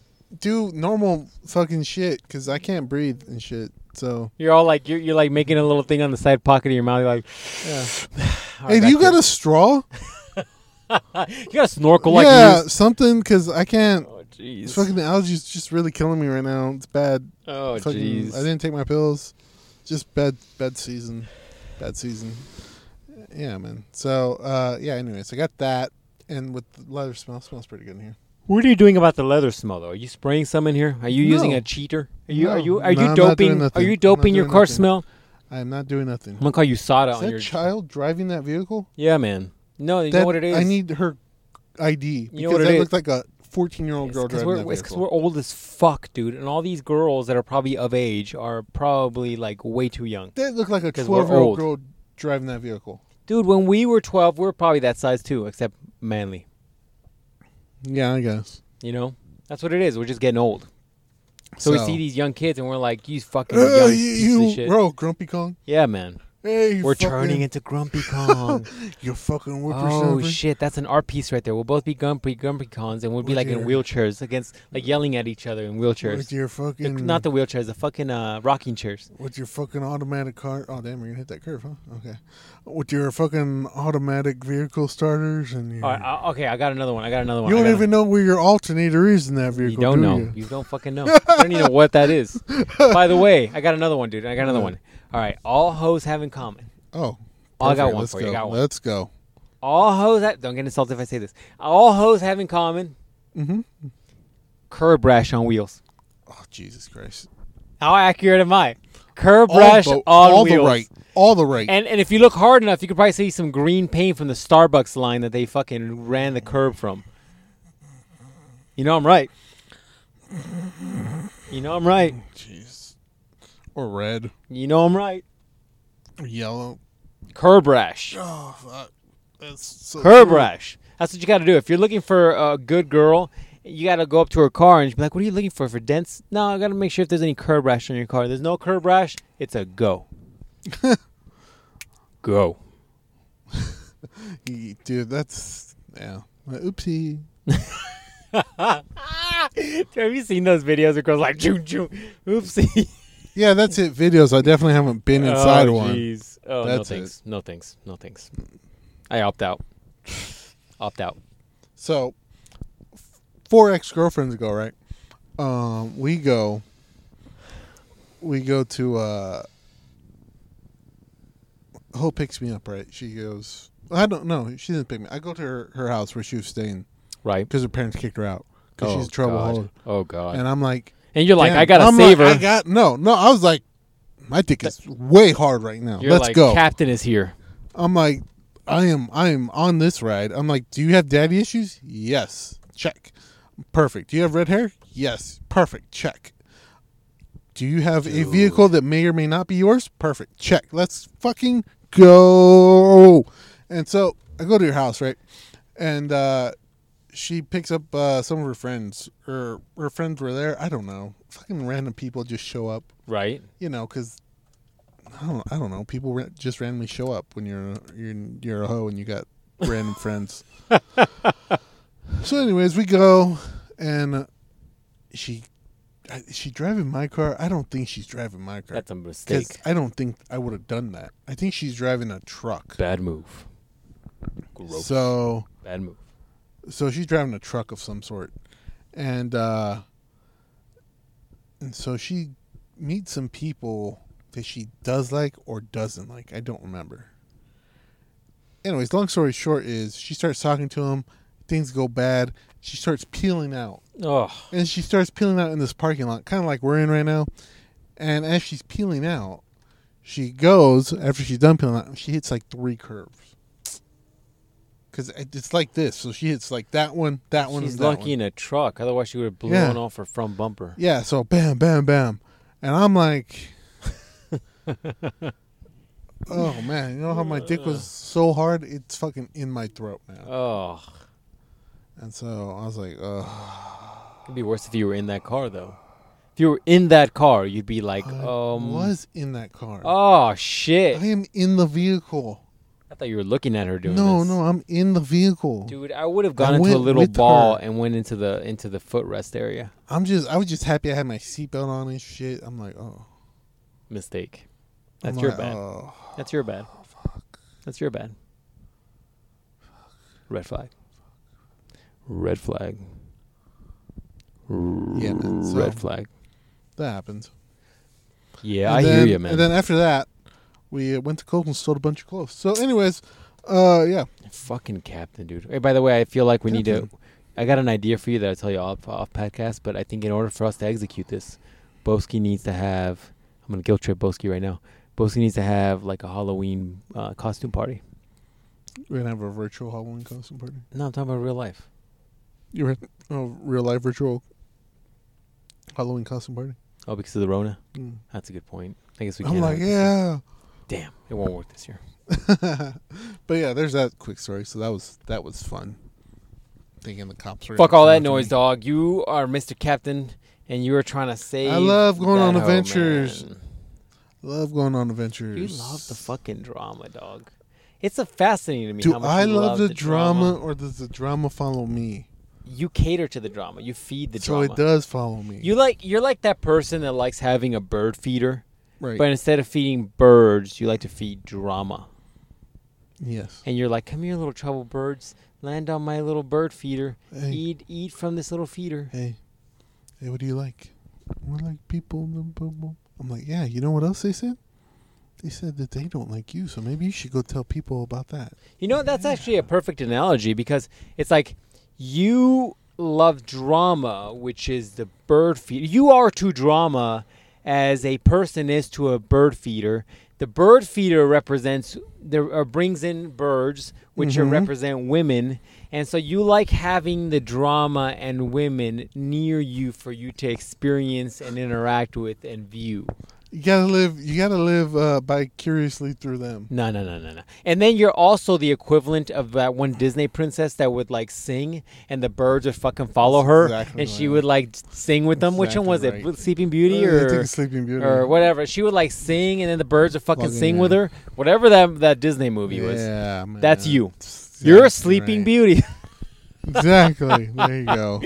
D: do normal fucking shit because I can't breathe and shit. So,
C: You're all like you're, you're like making a little thing on the side pocket of your mouth. You're like,
D: yeah.
C: "All
D: Hey,
C: right,
D: do you
C: back
D: got a straw?
C: to it." you got a snorkel like
D: yeah,
C: you use-
D: something because I can't.
C: Oh jeez.
D: Fucking allergies just really killing me right now. It's bad.
C: Oh
D: Fucking-
C: jeez.
D: I didn't take my pills. Just bad, bad season. Bad season. Yeah, man. So, uh, yeah. Anyways, I got that, and with the leather smell, smells pretty good in here.
C: What are you doing about the leather smell though? Are you spraying some in here? Are you using
D: No.
C: a cheater? Are you are
D: No.
C: you are
D: No,
C: you
D: I'm not doing
C: doping? Are
D: nothing.
C: you
D: I'm
C: doping
D: not
C: your
D: doing
C: car
D: nothing.
C: smell?
D: I am not doing nothing.
C: I'm gonna call you Sada
D: Is
C: on
D: that
C: your
D: child driving that vehicle?
C: Yeah, man. No, you
D: That-
C: know what it is.
D: I need her ID because
C: You know what it
D: that
C: is?
D: looked like a fourteen-year-old girl
C: because
D: driving
C: we're,
D: that
C: it's 'cause
D: vehicle.
C: we're old as fuck, dude. And all these girls that are probably of age are probably like way too young.
D: That looked like a
C: 'Cause we're
D: twelve-year-old
C: old.
D: girl driving that vehicle.
C: Dude, when we were 12, we were probably that size too, except manly.
D: Yeah, I guess.
C: You know? That's what it is. We're just getting old. So, we see these young kids and we're like, you fucking
D: Uh,
C: young
D: you,
C: pieces of
D: you-
C: shit.
D: bro, Grumpy Kong.
C: Yeah, man.
D: Hey, you
C: We're
D: fucking,
C: turning into Grumpy Kong.
D: You fucking
C: oh,
D: whippersnapper.
C: shit. That's an art piece right there. We'll both be Grumpy, Grumpy Cons and we'll be
D: Look
C: like in
D: here.
C: wheelchairs against, like yelling at each other in
D: With
C: wheelchairs.
D: your
C: The-
D: fucking
C: Not the wheelchairs, the fucking uh, rocking chairs.
D: with your fucking automatic car. Oh damn, you're gonna hit that curve, huh? Okay. With your fucking automatic vehicle starters and your,
C: All right, I- okay, I got another one. I got another one.
D: you
C: I
D: don't
C: got
D: even know where your alternator is in that vehicle.
C: You don't
D: do
C: know.
D: you?
C: You? don't fucking know. I don't even know what that is. By the way, I got another one, dude. I got another
D: Yeah.
C: one. All right. All hoes have in common.
D: Oh.
C: Oh, I got
D: perfect.
C: one
D: Let's
C: for
D: go.
C: you. I got one.
D: Let's go.
C: All hoes have. Don't get insulted if I say this. All hoes have in common
D: Mm-hmm.
C: curb rash on wheels.
D: Oh Jesus Christ!
C: How accurate am I? Curb rash
D: the-
C: on
D: all
C: wheels.
D: the right, all the right.
C: And and if you look hard enough, you could probably see some green paint from the Starbucks line that they fucking ran the curb from. You know I'm right. You know I'm right.
D: Jeez, or red,
C: You know I'm right.
D: or yellow.
C: Curb rash.
D: Oh fuck, that's so
C: curb
D: cool.
C: rash. That's what you got to do. If you're looking for a good girl, you got to go up to her car and be like, "What are you looking for? For dents? No, I got to make sure if there's any curb rash on your car. There's no curb rash. It's a go. go.
D: Ye- dude. That's yeah. Uh, Oopsie.
C: Dude, have you seen those videos of girls like choo choo? Oopsie.
D: Yeah, that's it. Videos. I definitely haven't been inside
C: oh,
D: one.
C: jeez. Oh, no
D: That's
C: thanks. No thanks. No thanks. I opt out. opt out.
D: So, f- four ex girlfriends go right. Um, we go. We go to. uh Hope picks me up. Right, she goes. I don't know. She didn't pick me. I go to her, her house where she was staying
C: Right.
D: because her parents kicked her out because
C: oh,
D: she's trouble.
C: God.
D: hole.
C: Oh god.
D: And
C: And,
D: I'm like,
C: you're like,
D: damn.
C: I gotta
D: I'm
C: save
D: like,
C: her.
D: I got no, no. I was like, my dick is way hard right now.
C: you're
D: Let's
C: like,
D: go.
C: Captain is here.
D: I'm like, I am, I am on this ride. I'm like, do you have daddy issues? Yes. Check. Perfect. Do you have red hair? Yes. Perfect. Check. Do you have a vehicle that may or may not be yours? Perfect. Check. Let's fucking go. And so I go to your house, right? And uh, she picks up uh, some of her friends, or her friends were there. I don't know. Fucking random people just show up
C: Right.
D: you know, because I don't, I don't know. People ra- just randomly show up when you're you're you're a hoe and you got random friends. so, anyways, we go, and she I- is she driving my car. I don't think she's driving my car.
C: That's a
D: 'Cause
C: mistake.
D: I don't think I would have done that. I think she's driving a truck.
C: Bad move. Gross.
D: So
C: Bad move.
D: so she's driving a truck of some sort and uh and so she meets some people that she does like or doesn't like i don't remember anyways, long story short is she starts talking to him. Things go bad. She starts peeling out,
C: Oh,
D: and she starts peeling out in this parking lot, kind of like we're in right now. And as she's peeling out, she goes after she's done peeling out. She hits like three curves. Cause it- it's like this, so she hits like that one, that one,
C: she's
D: and that
C: lucky
D: one.
C: in a truck. Otherwise, she would have blown
D: Yeah.
C: off her front bumper.
D: Yeah, so bam, bam, bam. And I'm like, oh man, you know how my dick was so hard? It's fucking in my throat now.
C: Oh,
D: And so I was like, oh,
C: it'd be worse if you were in that car though. If you were in that car, you'd be like,
D: I
C: um,
D: was in that car.
C: oh shit.
D: I am in the vehicle.
C: I thought you were looking at her doing
D: No,
C: this.
D: no, I'm in the vehicle.
C: Dude, I would have gone
D: I
C: into a
D: went
C: little
D: with
C: ball
D: her.
C: and went into the into the footrest area.
D: I'm just, I was just happy I had my seatbelt on and shit. I'm like, oh,
C: Mistake.
D: I'm
C: That's your
D: like,
C: bad.
D: Oh.
C: That's your bad. That's your bad. Red flag. Red flag.
D: Yeah, man, so-
C: Red flag.
D: That happens.
C: Yeah, I
D: And
C: hear
D: then-
C: you, man.
D: And then after that, we uh, went to Kohl's and sold a bunch of clothes. So, anyways, uh, yeah.
C: Fucking captain, dude. Hey, by the way, I feel like we need to.
D: Captain.
C: I got an idea for you that I'll tell you off, off podcast, but I think in order for us to execute this, Boski needs to have. I'm gonna guilt trip Boski right now. Boski needs to have like a Halloween uh, costume party.
D: We're gonna have a virtual Halloween costume party.
C: No, I'm talking about real life.
D: You were a real life virtual Halloween costume party.
C: Oh, because of the Rona.
D: Mm.
C: That's a good point. I guess we.
D: I'm
C: can't
D: like,
C: have it this year.
D: yeah,
C: Damn, it won't work this year.
D: but yeah, there's that quick story. So that was that was fun. Thinking the cops were
C: Fuck
D: gonna
C: all
D: come
C: that
D: after
C: noise,
D: me.
C: dog. You are Mr. Captain, and you are trying to save.
D: love going
C: that
D: on
C: hoe,
D: adventures.
C: man.
D: Love going on adventures.
C: You love the fucking drama, dog. It's a fascinating to me.
D: Do
C: how much
D: I
C: you
D: love, the, drama, or does the drama follow me?
C: You cater to the drama. You feed the
D: so
C: drama.
D: it does follow me.
C: You like you're like that person that likes having a bird feeder,
D: right?
C: but instead of feeding birds, you like to feed drama.
D: yes.
C: And you're like, "Come here, little trouble birds. Land on my little bird feeder.
D: Hey.
C: Eat eat from this little feeder."
D: Hey, hey, what do you like? We like people. boom, boom, boom. I'm like, yeah. You know what else they said? They said that they don't like you, so maybe you should go tell people about that.
C: You know, that's actually a perfect analogy because it's like you love drama, which is the bird feeder. You are to drama as a person is to a bird feeder. The bird feeder represents the or brings in birds, which are- represent women, and so you like having the drama and women near you for you to experience and interact with and view.
D: You gotta live. You gotta live uh, by curiously through them.
C: No, no, no, no, no. And then you're also the equivalent of that one Disney princess that would like sing, and the birds would fucking follow her,
D: exactly
C: and she
D: right.
C: would like sing with them. Which one was
D: Exactly
C: it?
D: right.
C: Sleeping Beauty
D: Uh, I think
C: or
D: it's Sleeping Beauty.
C: or whatever? She would like sing, and then the birds would fucking
D: Fucking
C: sing with
D: yeah.
C: her. Whatever that that Disney movie was.
D: Yeah, man.
C: That's you.
D: Exactly
C: You're a Sleeping
D: right.
C: Beauty.
D: Exactly. There you go.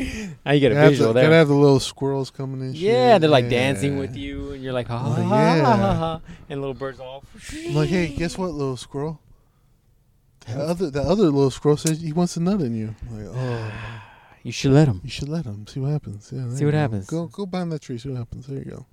C: now you get
D: gotta,
C: a
D: have the,
C: visual there.
D: gotta have the little squirrels coming in.
C: yeah,
D: shit.
C: they're like
D: Yeah.
C: dancing with you, and you're like, ha ha
D: Oh,
C: ha, ha, ha
D: yeah.
C: ha, and little birds all.
D: I'm like, hey, guess what, little squirrel? The other, the other little squirrel says he wants a nut in you. I'm like, oh.
C: You should let them.
D: You should let him. See what happens. Yeah, there
C: See what
D: you go.
C: happens.
D: Go go behind that tree. See what happens. There you go.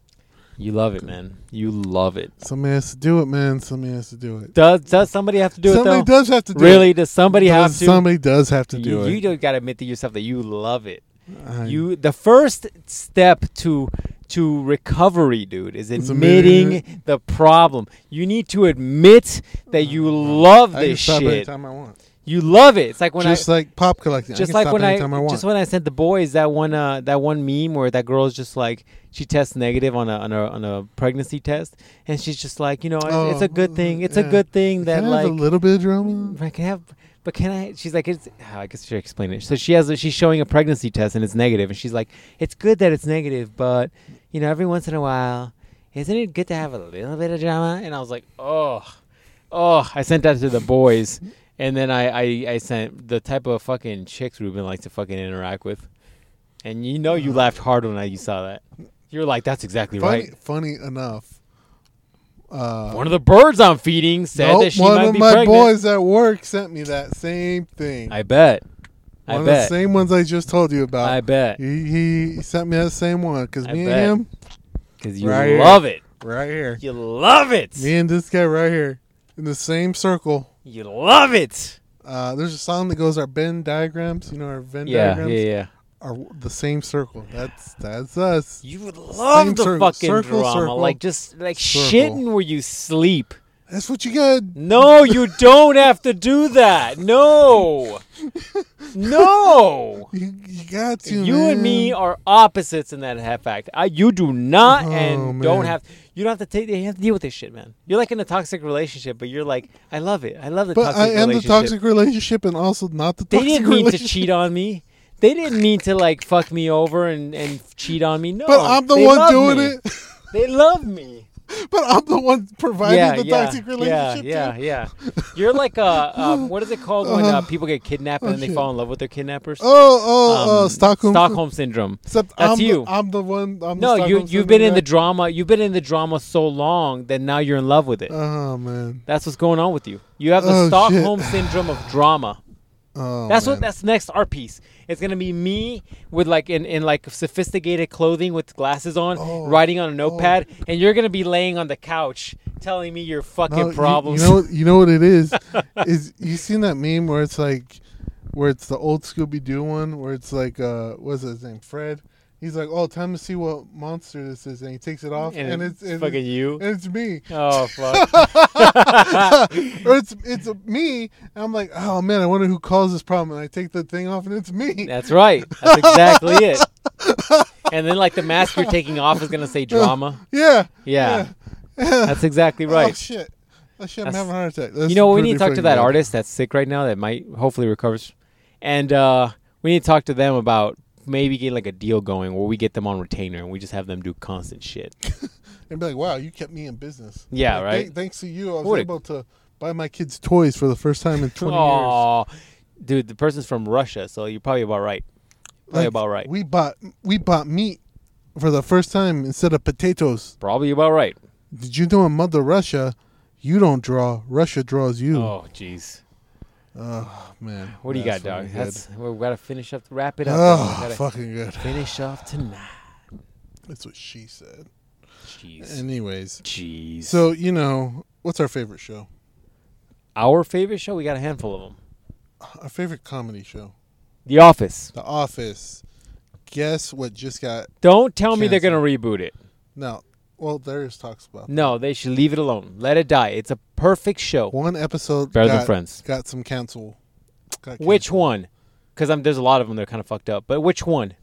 C: You love it, man. You love it.
D: Somebody has to do it, man. Somebody has to do it.
C: Does does somebody have to do it
D: somebody
C: though?
D: does have to do
C: really?
D: it.
C: Does somebody have
D: Does-
C: to?
D: Somebody does have to do
C: you,
D: it.
C: you just gotta admit to yourself that you love it.
D: I-
C: You the first step to to recovery, dude, is
D: It's
C: admitting
D: admitting
C: the problem. You need to admit that you love
D: I can
C: this
D: stop
C: shit.
D: anytime I want.
C: You love it. It's like when
D: just
C: I
D: like pop collecting.
C: just
D: I can
C: like
D: stop
C: when I,
D: anytime I, want.
C: just when I sent the boys that one uh that one meme where that girl's just like she tests negative on a on a on a pregnancy test and she's just like you know it's, it's a
D: Oh,
C: good thing it's a
D: yeah.
C: good thing that
D: Can I
C: like Mm-hmm.
D: have a little bit of drama.
C: but I can have, but can I? She's like, it's. ah, I guess she explain it. So she has, a, she's showing a pregnancy test and it's negative, and she's like, it's good that it's negative, but you know, every once in a while, isn't it good to have a little bit of drama? And I was like, oh, oh, I sent that to the boys, and then I, I, I sent the type of fucking chicks Ruben likes to fucking interact with, and you know, you laughed hard when I, you saw that. You're like, that's exactly
D: Funny,
C: right.
D: funny enough, uh,
C: One of the birds I'm feeding said
D: nope,
C: that she
D: one
C: might
D: of
C: be
D: my
C: pregnant.
D: boys at work sent me that same thing.
C: I bet. I
D: one
C: bet.
D: of the same ones I just told Uh, you about.
C: I bet.
D: He, he sent me that same one because
C: I
D: me
C: bet.
D: and him
C: Because you
D: Right here.
C: love it.
D: right here.
C: You love it.
D: Me and this guy right here in the same circle.
C: You love it.
D: Uh, there's a song that goes our Venn diagrams. You know our Venn
C: Yeah, yeah,
D: diagrams
C: yeah.
D: are the same circle. That's that's us.
C: You would love
D: Same
C: the
D: circle-
C: fucking
D: circle,
C: drama,
D: circle,
C: like just like
D: circle.
C: shitting where you sleep.
D: That's what you got.
C: No, you don't have to do that. No, no.
D: You, you got to.
C: You and me
D: man.
C: are opposites in that ha- fact. I, you do not and
D: Oh,
C: don't
D: man.
C: have. You don't have to take. You have to deal with this shit, man. You're like in a toxic relationship, but you're like, I love it. I love the
D: But
C: toxic
D: I am the
C: relationship.
D: toxic relationship, and also not the
C: they
D: toxic
C: didn't mean to
D: relationship.
C: cheat on me. They didn't mean to like fuck me over and, and cheat on me. No,
D: But I'm the
C: they
D: one
C: love
D: doing
C: me.
D: it.
C: They love me.
D: But I'm the one providing
C: yeah,
D: the
C: yeah,
D: toxic relationship.
C: Yeah,
D: dude.
C: yeah, yeah. You're like uh, um, what is it called when uh,
D: Uh,
C: people get kidnapped
D: oh,
C: and then they
D: shit.
C: fall in love with their kidnappers?
D: Oh, oh,
C: Um,
D: uh, Stockholm.
C: Stockholm syndrome.
D: Except
C: That's
D: I'm
C: you.
D: The, I'm the one. I'm
C: No,
D: the
C: you
D: Stockholm
C: you've been in the
D: syndrome
C: drama. You've been in the drama so long that now you're in love with it.
D: guy. Oh man.
C: that's what's going on with you. You have the
D: Oh, shit.
C: Stockholm syndrome of drama.
D: Oh,
C: That's what
D: man.
C: that's next art piece. It's gonna be me with like in, in like sophisticated clothing with glasses on,
D: Oh,
C: writing on a
D: oh.
C: notepad, and you're gonna be laying on the couch telling me your fucking
D: No, you-
C: problems.
D: You, know, what- you know what it is? is you seen that meme where it's like, where it's the old Scooby Doo one, where it's like, uh, what's his name, Fred? He's like, oh, time to see what monster this is, and he takes it off, and,
C: and,
D: it's, and
C: fucking you.
D: and it's me,
C: Oh fuck!
D: or it's it's me. And I'm like, oh man, I wonder who caused this problem, and I take the thing off, and it's me.
C: That's right. That's exactly it. And then like the mask you're taking off is gonna say drama.
D: Yeah,
C: Yeah,
D: yeah.
C: that's exactly
D: Oh
C: right.
D: shit! Oh shit! I'm
C: That's-
D: having a heart attack. That's
C: you know we need
D: pretty
C: to talk to
D: fucking
C: that
D: bad.
C: artist that's sick right now that might hopefully recovers, and uh, we need to talk to them about maybe getting like a deal going where we get them on retainer and we just have them do constant shit.
D: and be like, "Wow, you kept me in business."
C: Yeah,
D: Like,
C: right?
D: thank- thanks to you, I was
C: What a-
D: able to buy my kids toys for the first time in 20 years.
C: Oh, dude, the person's from Russia, so you're probably about right. Probably
D: Like,
C: about right.
D: We bought we bought meat for the first time instead of potatoes.
C: Probably about right.
D: Did you know in Mother Russia, you don't draw, Russia draws you. Oh,
C: Oh, jeez.
D: man,
C: What do you
D: That's
C: got, dog?
D: fucking good.
C: That's we gotta finish up, wrap it up.
D: oh,
C: dog. We gotta
D: fucking good.
C: finish up tonight.
D: That's what she said.
C: Jeez.
D: Anyways,
C: Jeez.
D: so you know what's our favorite show?
C: our favorite show, we got a handful of them.
D: Our favorite comedy show,
C: The Office.
D: The Office. Guess what just got
C: Don't tell me they're gonna reboot it.
D: no. Well, there is talks about
C: No, they should leave it alone. Let it die. It's a perfect show.
D: One episode
C: Better
D: got,
C: than Friends.
D: got some cancel. got
C: Which
D: canceled.
C: one? Because I'm there's a lot of them. They're kind of fucked up. But which one?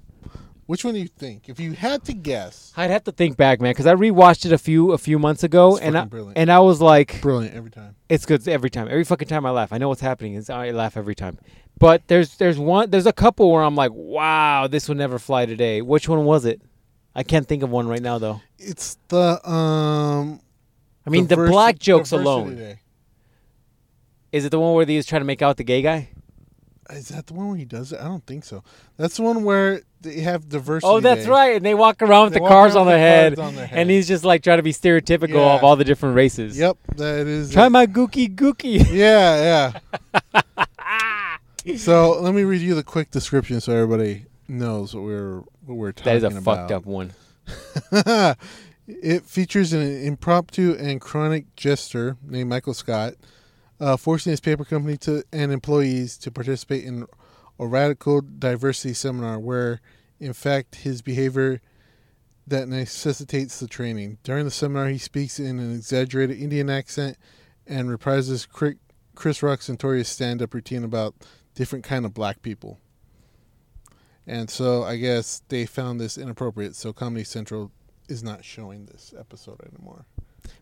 D: Which one do you think? If you had to guess,
C: I'd have to think back, man, because I rewatched it a few a few months ago,
D: It's
C: and I,
D: fucking brilliant.
C: and I was like,
D: brilliant every time.
C: it's good every time. Every fucking time I laugh, I know what's happening. It's, I laugh every time. But there's there's one there's a couple where I'm like, wow, this would never fly today. Which one was it? I can't think of one right now though.
D: It's the um.
C: I mean, the
D: diversi-
C: black jokes
D: diversity
C: alone.
D: Day.
C: Is it the one where he was trying to make out with the gay guy?
D: Is that the one where he does it? I don't think so. That's the one where they have diversity.
C: Oh, that's
D: Day.
C: right. And they walk around with
D: They
C: the
D: walk
C: cars
D: around
C: on
D: with
C: their,
D: the
C: head,
D: cards on their head.
C: and he's just like trying to be stereotypical of
D: Yeah.
C: all the different races.
D: Yep, that is.
C: Try
D: it.
C: my gookie gookie.
D: Yeah, yeah. so let me read you the quick description so everybody knows what we're what we're talking
C: that is a
D: about.
C: fucked up one.
D: it features an impromptu and chronic jester named Michael Scott, uh, forcing his paper company to and employees to participate in a radical diversity seminar, where, in fact, his behavior that necessitates the training. During the seminar, he speaks in an exaggerated Indian accent and reprises Cri- Chris Rock Santoria's stand-up routine about different kind of black people. And so I guess they found this inappropriate. So Comedy Central is not showing this episode anymore.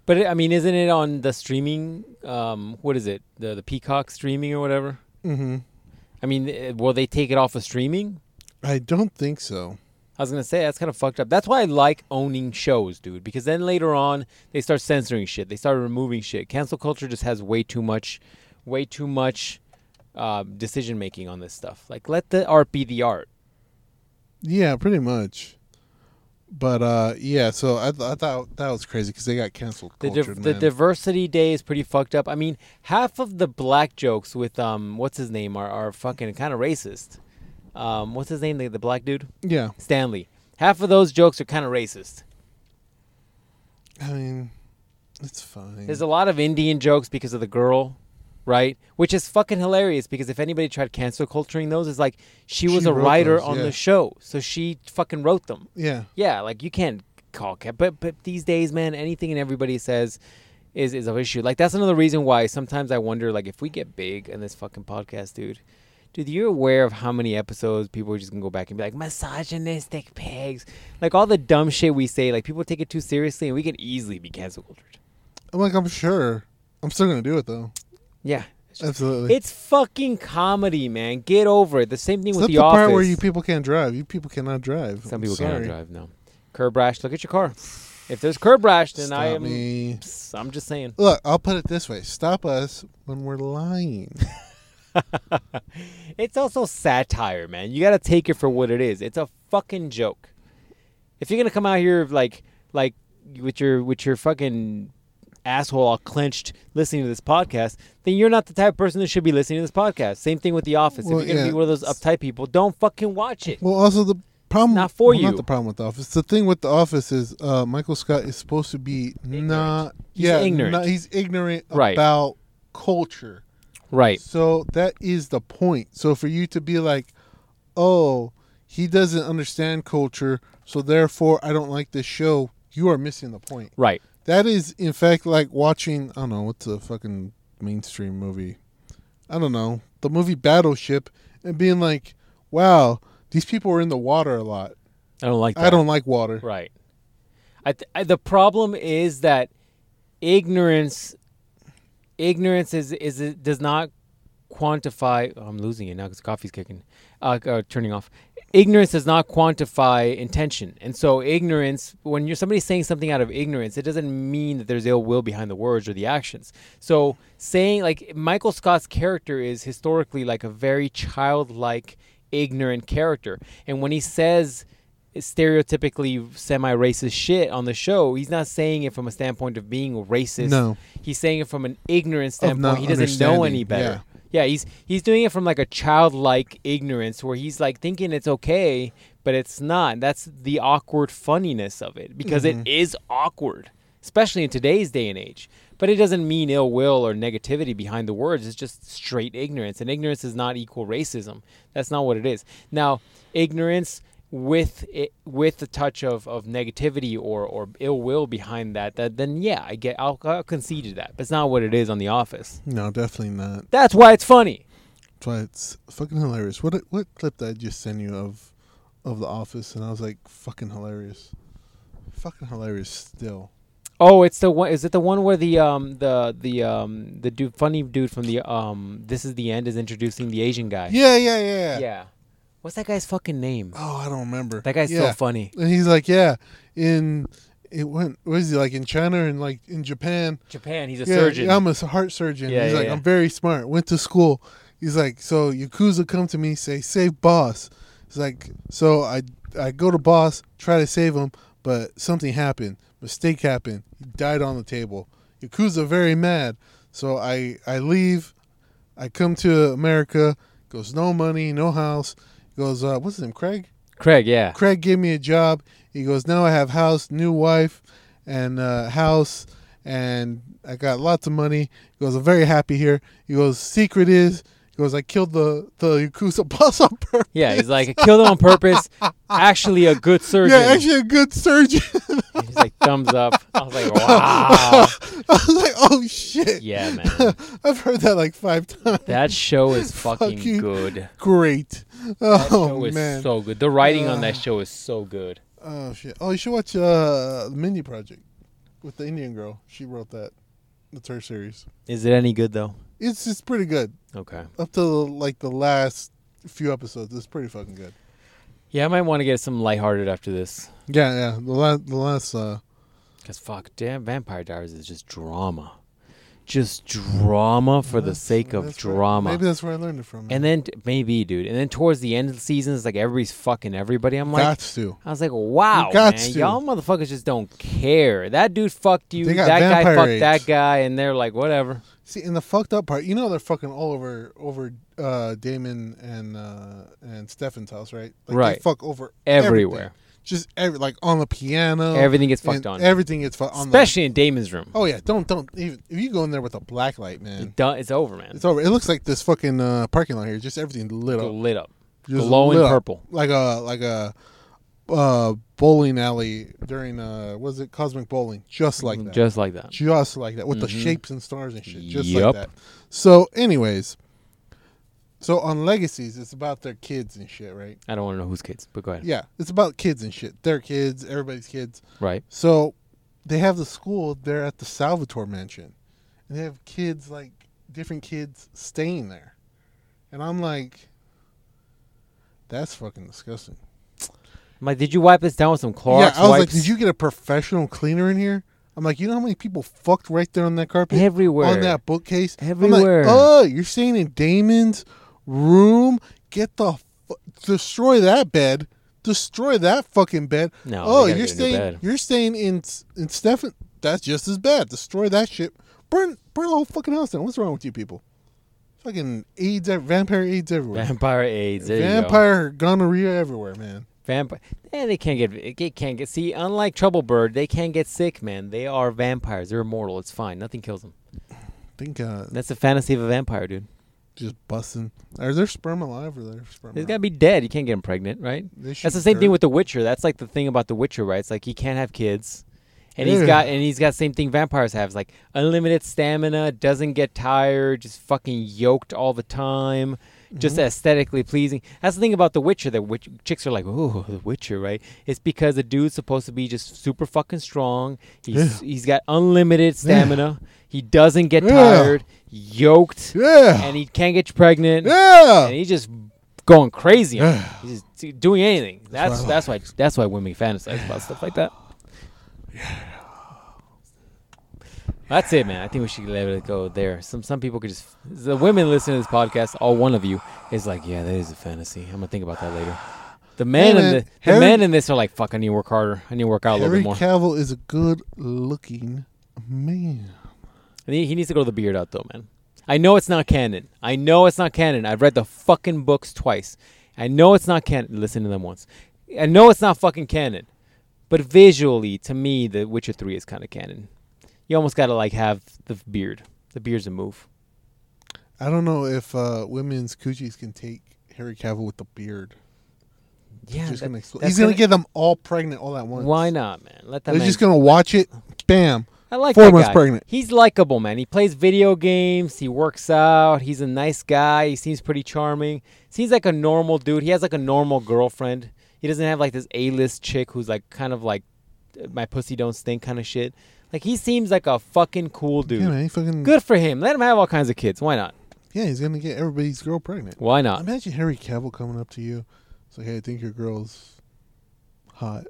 C: But it, I mean, isn't it on the streaming? Um, what is it? The the Peacock streaming or whatever.
D: Mm-hmm.
C: I mean, eh, will they take it off of streaming?
D: I don't think so.
C: I was gonna say that's kind of fucked up. That's why I like owning shows, dude. Because then later on they start censoring shit. They start removing shit. Cancel culture just has way too much, way too much uh, decision making on this stuff. Like let the art be the art.
D: Yeah, pretty much. But uh, yeah, so I, th- I thought that was crazy because they got canceled.
C: The,
D: Culture,
C: div- the
D: man.
C: diversity day is pretty fucked up. I mean, half of the black jokes with um, what's his name are, are fucking kind of racist. Um, what's his name? The, the black dude,
D: yeah,
C: Stanley. Half of those jokes are kind of racist.
D: I mean, it's fine.
C: There's a lot of Indian jokes because of the girl. right? Which is fucking hilarious because if anybody tried cancel culturing those, it's like she was
D: She
C: a
D: wrote
C: writer
D: those,
C: on
D: yeah.
C: the show, so she fucking wrote them.
D: Yeah.
C: Yeah, like you can't call cap, but but these days, man, anything and everybody says is is an issue. Like that's another reason why sometimes I wonder, like, if we get big in this fucking podcast, dude. Dude, you're aware of how many episodes people are just gonna go back and be like misogynistic pigs, like all the dumb shit we say. Like people take it too seriously, and we can easily be cancel cultured.
D: I'm like, I'm sure. I'm still gonna do it though.
C: Yeah, it's, just-
D: Absolutely.
C: it's fucking comedy, man. Get over it. The same thing with
D: Except
C: the,
D: the, part
C: office.
D: where you people can't drive. You people cannot drive.
C: Some
D: I'm
C: people
D: sorry.
C: cannot drive. No, curb rash. Look at your car. If there's curb rash, then
D: Stop
C: I am.
D: me.
C: Psst, I'm just saying.
D: Look, I'll put it this way: stop us when we're lying.
C: It's also satire, man. You gotta take it for what it is. It's a fucking joke. If you're gonna come out here like like with your with your fucking asshole all clenched listening to this podcast, then you're not the type of person that should be listening to this podcast. Same thing with The Office.
D: Well,
C: if you're gonna
D: yeah.
C: be one of those uptight people, don't fucking watch it.
D: well, also the problem.
C: Not for
D: well,
C: you.
D: Not the problem with the office. The thing with the office is uh, Michael Scott is supposed to be not.
C: He's
D: yeah,
C: ignorant.
D: not- he's ignorant
C: Right.
D: about culture.
C: Right.
D: So that is the point. So for you to be like, oh, he doesn't understand culture, so therefore I don't like this show. You are missing the point.
C: Right.
D: That is, in fact, like watching. I don't know what's a fucking mainstream movie. I don't know the movie Battleship and being like, "Wow, these people were in the water a lot.
C: I don't like that.
D: I don't like water."
C: Right. I, th- I the problem is that ignorance ignorance is is it does not quantify. oh, I'm losing it now because coffee's kicking, uh, uh, turning off. Ignorance does not quantify intention, and so ignorance. When you're somebody saying something out of ignorance, it doesn't mean that there's ill will behind the words or the actions. So saying like Michael Scott's character is historically like a very childlike, ignorant character, and when he says stereotypically semi-racist shit on the show, he's not saying it from a standpoint of being racist.
D: No.
C: He's saying it from an ignorant
D: Of not
C: standpoint. He doesn't know any
D: understanding,
C: better. Yeah. he's he's doing it from like a childlike ignorance where he's like thinking it's okay, but it's not. That's the awkward funniness of it because it is awkward, especially in today's day and age. But it doesn't mean ill will or negativity behind the words. It's just straight ignorance, and ignorance is not equal racism. That's not what it is. Now, ignorance with it, with the touch of, of negativity or, or ill will behind that, that then yeah, I get I'll, I'll concede to that. But it's not what it is on The Office.
D: No, definitely not.
C: That's why it's funny.
D: That's why it's fucking hilarious. What what clip did I just send you of of the office? And I was like, fucking hilarious, fucking hilarious. Still,
C: Oh, it's the one. Is it the one where the um the the um the dude funny dude from the um This Is the End is introducing the Asian guy?
D: yeah, yeah, yeah.
C: Yeah. What's that guy's fucking name?
D: Oh, I don't remember.
C: That guy's
D: Yeah.
C: so funny.
D: And he's like, yeah, in it went. What is he like in China and like in Japan?
C: Japan. He's a
D: yeah,
C: surgeon.
D: I'm a s- heart surgeon.
C: Yeah,
D: he's
C: yeah,
D: like,
C: yeah.
D: I'm very smart. Went to school. He's like, so Yakuza come to me, say, save boss. He's like, so I I go to boss, try to save him, but something happened. Mistake happened. He died on the table. Yakuza very mad. So I I leave. I come to America. Goes no money, no house. Goes uh, what's his name? Craig.
C: Craig. Yeah.
D: Craig gave me a job. He goes, now I have house, new wife, and uh, house, and I got lots of money. He goes, I'm very happy here. He goes, secret is, he goes, I killed the the yakuza boss on purpose.
C: Yeah. He's like I killed him on purpose. Actually, a good surgeon.
D: Yeah, actually a good surgeon.
C: He's like thumbs up. I was like, wow.
D: I was like, oh shit.
C: yeah, man.
D: I've heard that like five times.
C: That show is fucking
D: Fucking-
C: good.
D: Great.
C: That show
D: Oh
C: is
D: man.
C: so good. The writing on that show is so good.
D: oh shit. Oh, you should watch uh, the Mindy Project with the Indian girl. She wrote that. That's her series.
C: Is it any good though?
D: It's it's pretty good.
C: Okay.
D: up to like the last few episodes. It's pretty fucking good.
C: Yeah, I might want to get some lighthearted after this.
D: Yeah, yeah. The last, the last. Uh,
C: Cause fuck, damn, Vampire Diaries is just drama, just drama for the sake of
D: that's where-
C: drama.
D: maybe that's where I learned it from.
C: and then maybe, dude. And then towards the end of the season, it's like everybody's fucking everybody. I'm like,
D: got to.
C: I was like, wow,
D: You gots
C: man,
D: to.
C: y'all motherfuckers just don't care. That dude fucked you.
D: They got
C: That guy
D: vampire
C: fucked
D: age.
C: that guy, and they're like, whatever.
D: See, in the fucked up part, you know they're fucking all over over uh, Damon and uh, and Stefan's house, right? Like,
C: Right.
D: They fuck over
C: Everywhere.
D: everything. just every, like on the piano.
C: Everything gets
D: and
C: fucked on.
D: Everything gets fucked on. the-
C: Especially in Damon's room.
D: oh yeah, don't don't even if you go in there with a black light, man.
C: It do- it's over, man.
D: It's over. It looks like this fucking uh, parking lot here. Just everything lit up,
C: lit up.
D: Just
C: glowing
D: lit up.
C: purple.
D: like a like a uh, bowling alley during uh, was it cosmic bowling? Just like that.
C: Just like that.
D: just like that with the shapes and stars and shit, just
C: Yup.
D: like that. So, anyways, so on Legacies, it's about their kids and shit, right?
C: I don't want to know whose kids, but go ahead.
D: Yeah, it's about kids and shit, their kids, everybody's kids.
C: Right.
D: So, they have the school there at the Salvatore Mansion, and they have kids like different kids staying there, and I'm like, that's fucking disgusting.
C: I'm like, did you wipe this down with some Clorox
D: yeah, I was
C: wipes?
D: like, did you get a professional cleaner in here? I'm like, you know how many people fucked right there on that carpet?
C: Everywhere.
D: On that bookcase? I'm like,
C: Everywhere.
D: oh, you're staying in Damon's room? Get the. Fu- destroy that bed. Destroy that fucking bed.
C: No,
D: Oh,
C: they
D: you're
C: gotta get a new
D: staying.
C: bed.
D: You're staying in in Stefan. That's just as bad. Destroy that shit. Burn burn the whole fucking house down. What's wrong with you people? Fucking AIDS, ev- vampire AIDS everywhere.
C: Vampire AIDS. There You
D: vampire gonorrhea everywhere, man.
C: go. Vampire. Eh, they can't get. It can't get. See, unlike Trouble Bird, they can't get sick, man. They are vampires. They're immortal. It's fine. Nothing kills them.
D: I think uh,
C: That's the fantasy of a vampire, dude.
D: just busting. Are there sperm alive or are there sperm?
C: He's
D: out?
C: got to be dead. You can't get him pregnant, right?
D: They shoot
C: That's the same thing
D: dirt.
C: with The Witcher. That's like the thing about The Witcher, right? It's like he can't have kids, and he's
D: Yeah.
C: got and he's got same thing vampires have. It's like unlimited stamina, doesn't get tired, just fucking yoked all the time, just
D: Mm-hmm.
C: aesthetically pleasing. That's the thing about The Witcher that witch- chicks are like, ooh, The Witcher, right? It's because the dude's supposed to be just super fucking strong. He's he's got unlimited stamina. He doesn't get
D: Yeah.
C: tired, yoked,
D: Yeah.
C: and he can't get you pregnant
D: yeah.
C: and he's just going crazy. on it. he's just doing anything. That's
D: what I
C: that's why that's why women fantasize about stuff like that. That's it, man. I think we should let it go there. Some some people could just the women listening to this podcast, all one of you is like, yeah, that is a fantasy. I'm gonna think about that later. The men
D: man,
C: in the, the
D: Harry-
C: men in this are like, fuck, I need to work harder. I need to work out a little
D: Harry
C: bit more.
D: Cavill is a good-looking man.
C: And he, he needs to grow the beard out, though, man. I know it's not canon. I know it's not canon. I've read the fucking books twice. I know it's not canon. Listen to them once. I know it's not fucking canon. But visually, to me, The Witcher 3 is kind of canon. You almost got to, like, have the beard. The beard's a move.
D: I don't know if uh, women's coochies can take Harry Cavill with the beard.
C: Yeah.
D: Just
C: that-
D: gonna expl-
C: that's
D: he's gonna,
C: gonna-
D: get them all pregnant all at once.
C: Why not, man? Let that
D: They're
C: man
D: just gonna watch it. Bam.
C: I like
D: Four
C: that
D: months
C: guy.
D: pregnant.
C: He's likable, man. He plays video games. He works out. He's a nice guy. He seems pretty charming. Seems like a normal dude. He has like a normal girlfriend. He doesn't have like this A-list chick who's like kind of like my pussy don't stink kind of shit. Like he seems like a fucking cool dude.
D: Yeah, man. He fucking,
C: Good for him. Let him have all kinds of kids. Why not?
D: Yeah, he's gonna get everybody's girl pregnant.
C: Why not?
D: Imagine Harry Cavill coming up to you. It's like, hey, I think your girl's hot.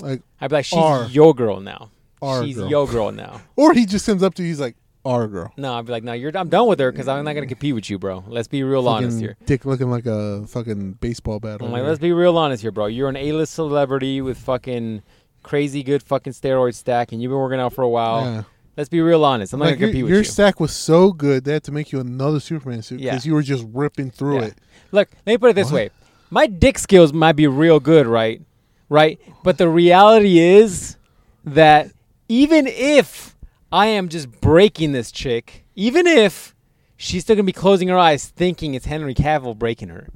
D: Like,
C: I'd be like, she's
D: Our-
C: your girl now.
D: our
C: she's
D: girl.
C: your girl now.
D: or he just comes up to you. He's like, our girl.
C: No, I'd be like, no, you're. I'm done with her because I'm not gonna compete with you, bro. Let's be real honest
D: Fucking
C: here.
D: Dick looking like a fucking baseball bat.
C: I'm
D: over
C: like,
D: here.
C: let's be real honest here, bro. You're an A-list celebrity with fucking crazy good fucking steroid stack, and you've been working out for a while.
D: Yeah.
C: Let's be real honest. I'm not
D: Like,
C: gonna
D: your,
C: compete
D: your
C: with you.
D: stack was so good they had to make you another Superman suit
C: Yeah.
D: because you were just ripping through
C: Yeah.
D: it.
C: Look, let me put it this way: my dick skills might be real good, right? Right, but the reality is that even if I am just breaking this chick, even if she's still gonna be closing her eyes thinking it's Henry Cavill breaking her,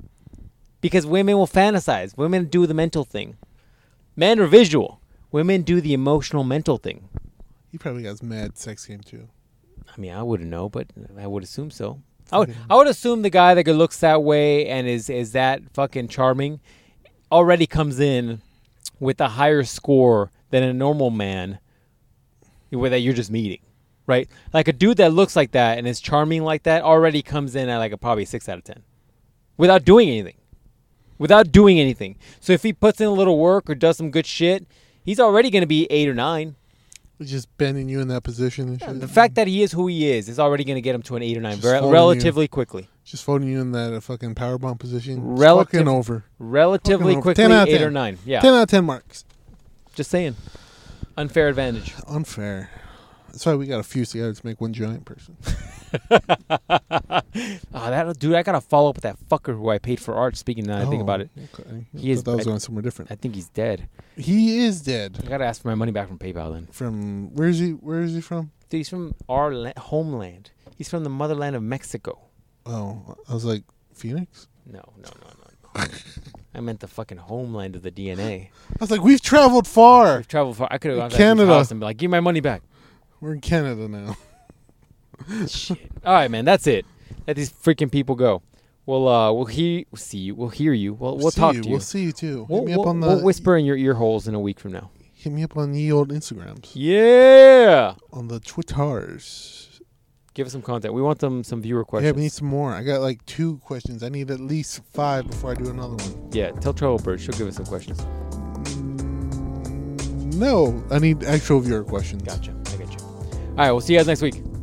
C: because women will fantasize. Women do the mental thing. Men are visual. Women do the emotional mental thing.
D: He probably got his mad sex game too.
C: I mean, I wouldn't know, but I would assume so. I would, I would assume the guy that looks that way and is is that fucking charming already comes in with a higher score than a normal man where that you're just meeting, right? Like a dude that looks like that and is charming like that already comes in at like a probably six out of ten without doing anything, without doing anything. So if he puts in a little work or does some good shit, he's already going to be eight or nine.
D: He's just bending you in that position and shit.
C: The fact that he is who he is is already going to get him to an eight or nine
D: Just
C: ver-
D: folding
C: relatively quickly.
D: just folding you in that uh, fucking powerbomb position. It's
C: Relative-
D: fucking over.
C: Relatively
D: Fucking over.
C: quickly,
D: 10 out of
C: eight
D: 10.
C: or nine. Yeah,
D: Ten out of ten marks.
C: just saying. Unfair advantage.
D: Unfair. That's why we got a fuse together to make one giant person.
C: Ah, that dude, I gotta follow up with that fucker who I paid for art. Speaking now, that I think
D: Oh,
C: about it.
D: Okay.
C: He
D: I
C: is-
D: thought that was
C: I-
D: going somewhere different.
C: I think he's dead.
D: He is
C: I
D: dead.
C: gotta ask for my money back from PayPal then.
D: From where is he? Where is he from?
C: Dude, he's from our la- homeland. He's from the motherland of Mexico.
D: Oh, I was like Phoenix.
C: No, no, no, no, no. I meant the fucking homeland of the DNA.
D: I was like, we've traveled far.
C: We've traveled far. I could have gone to
D: Canada.
C: Canada house and be like, "Give me my money back."
D: We're in Canada now.
C: Shit. All right, man. That's it. Let these freaking people go. We'll uh, we'll hear, we'll see you. We'll hear you. We'll we'll
D: see
C: talk
D: you.
C: to you.
D: We'll see you too.
C: We'll,
D: hit me up
C: we'll-
D: on the
C: we'll whisper in your ear holes in a week from now.
D: Hit me up on the old Instagrams,
C: Yeah.
D: on the Twitters.
C: Give us some content. We want them some viewer
D: Yeah,
C: questions.
D: we need some more. I got like two questions. I need at least five before I do another one.
C: Yeah, tell Trouble Bird. She'll give us some questions.
D: Mm, No, I need actual viewer questions.
C: Gotcha. I got you. All right. We'll see you guys next week.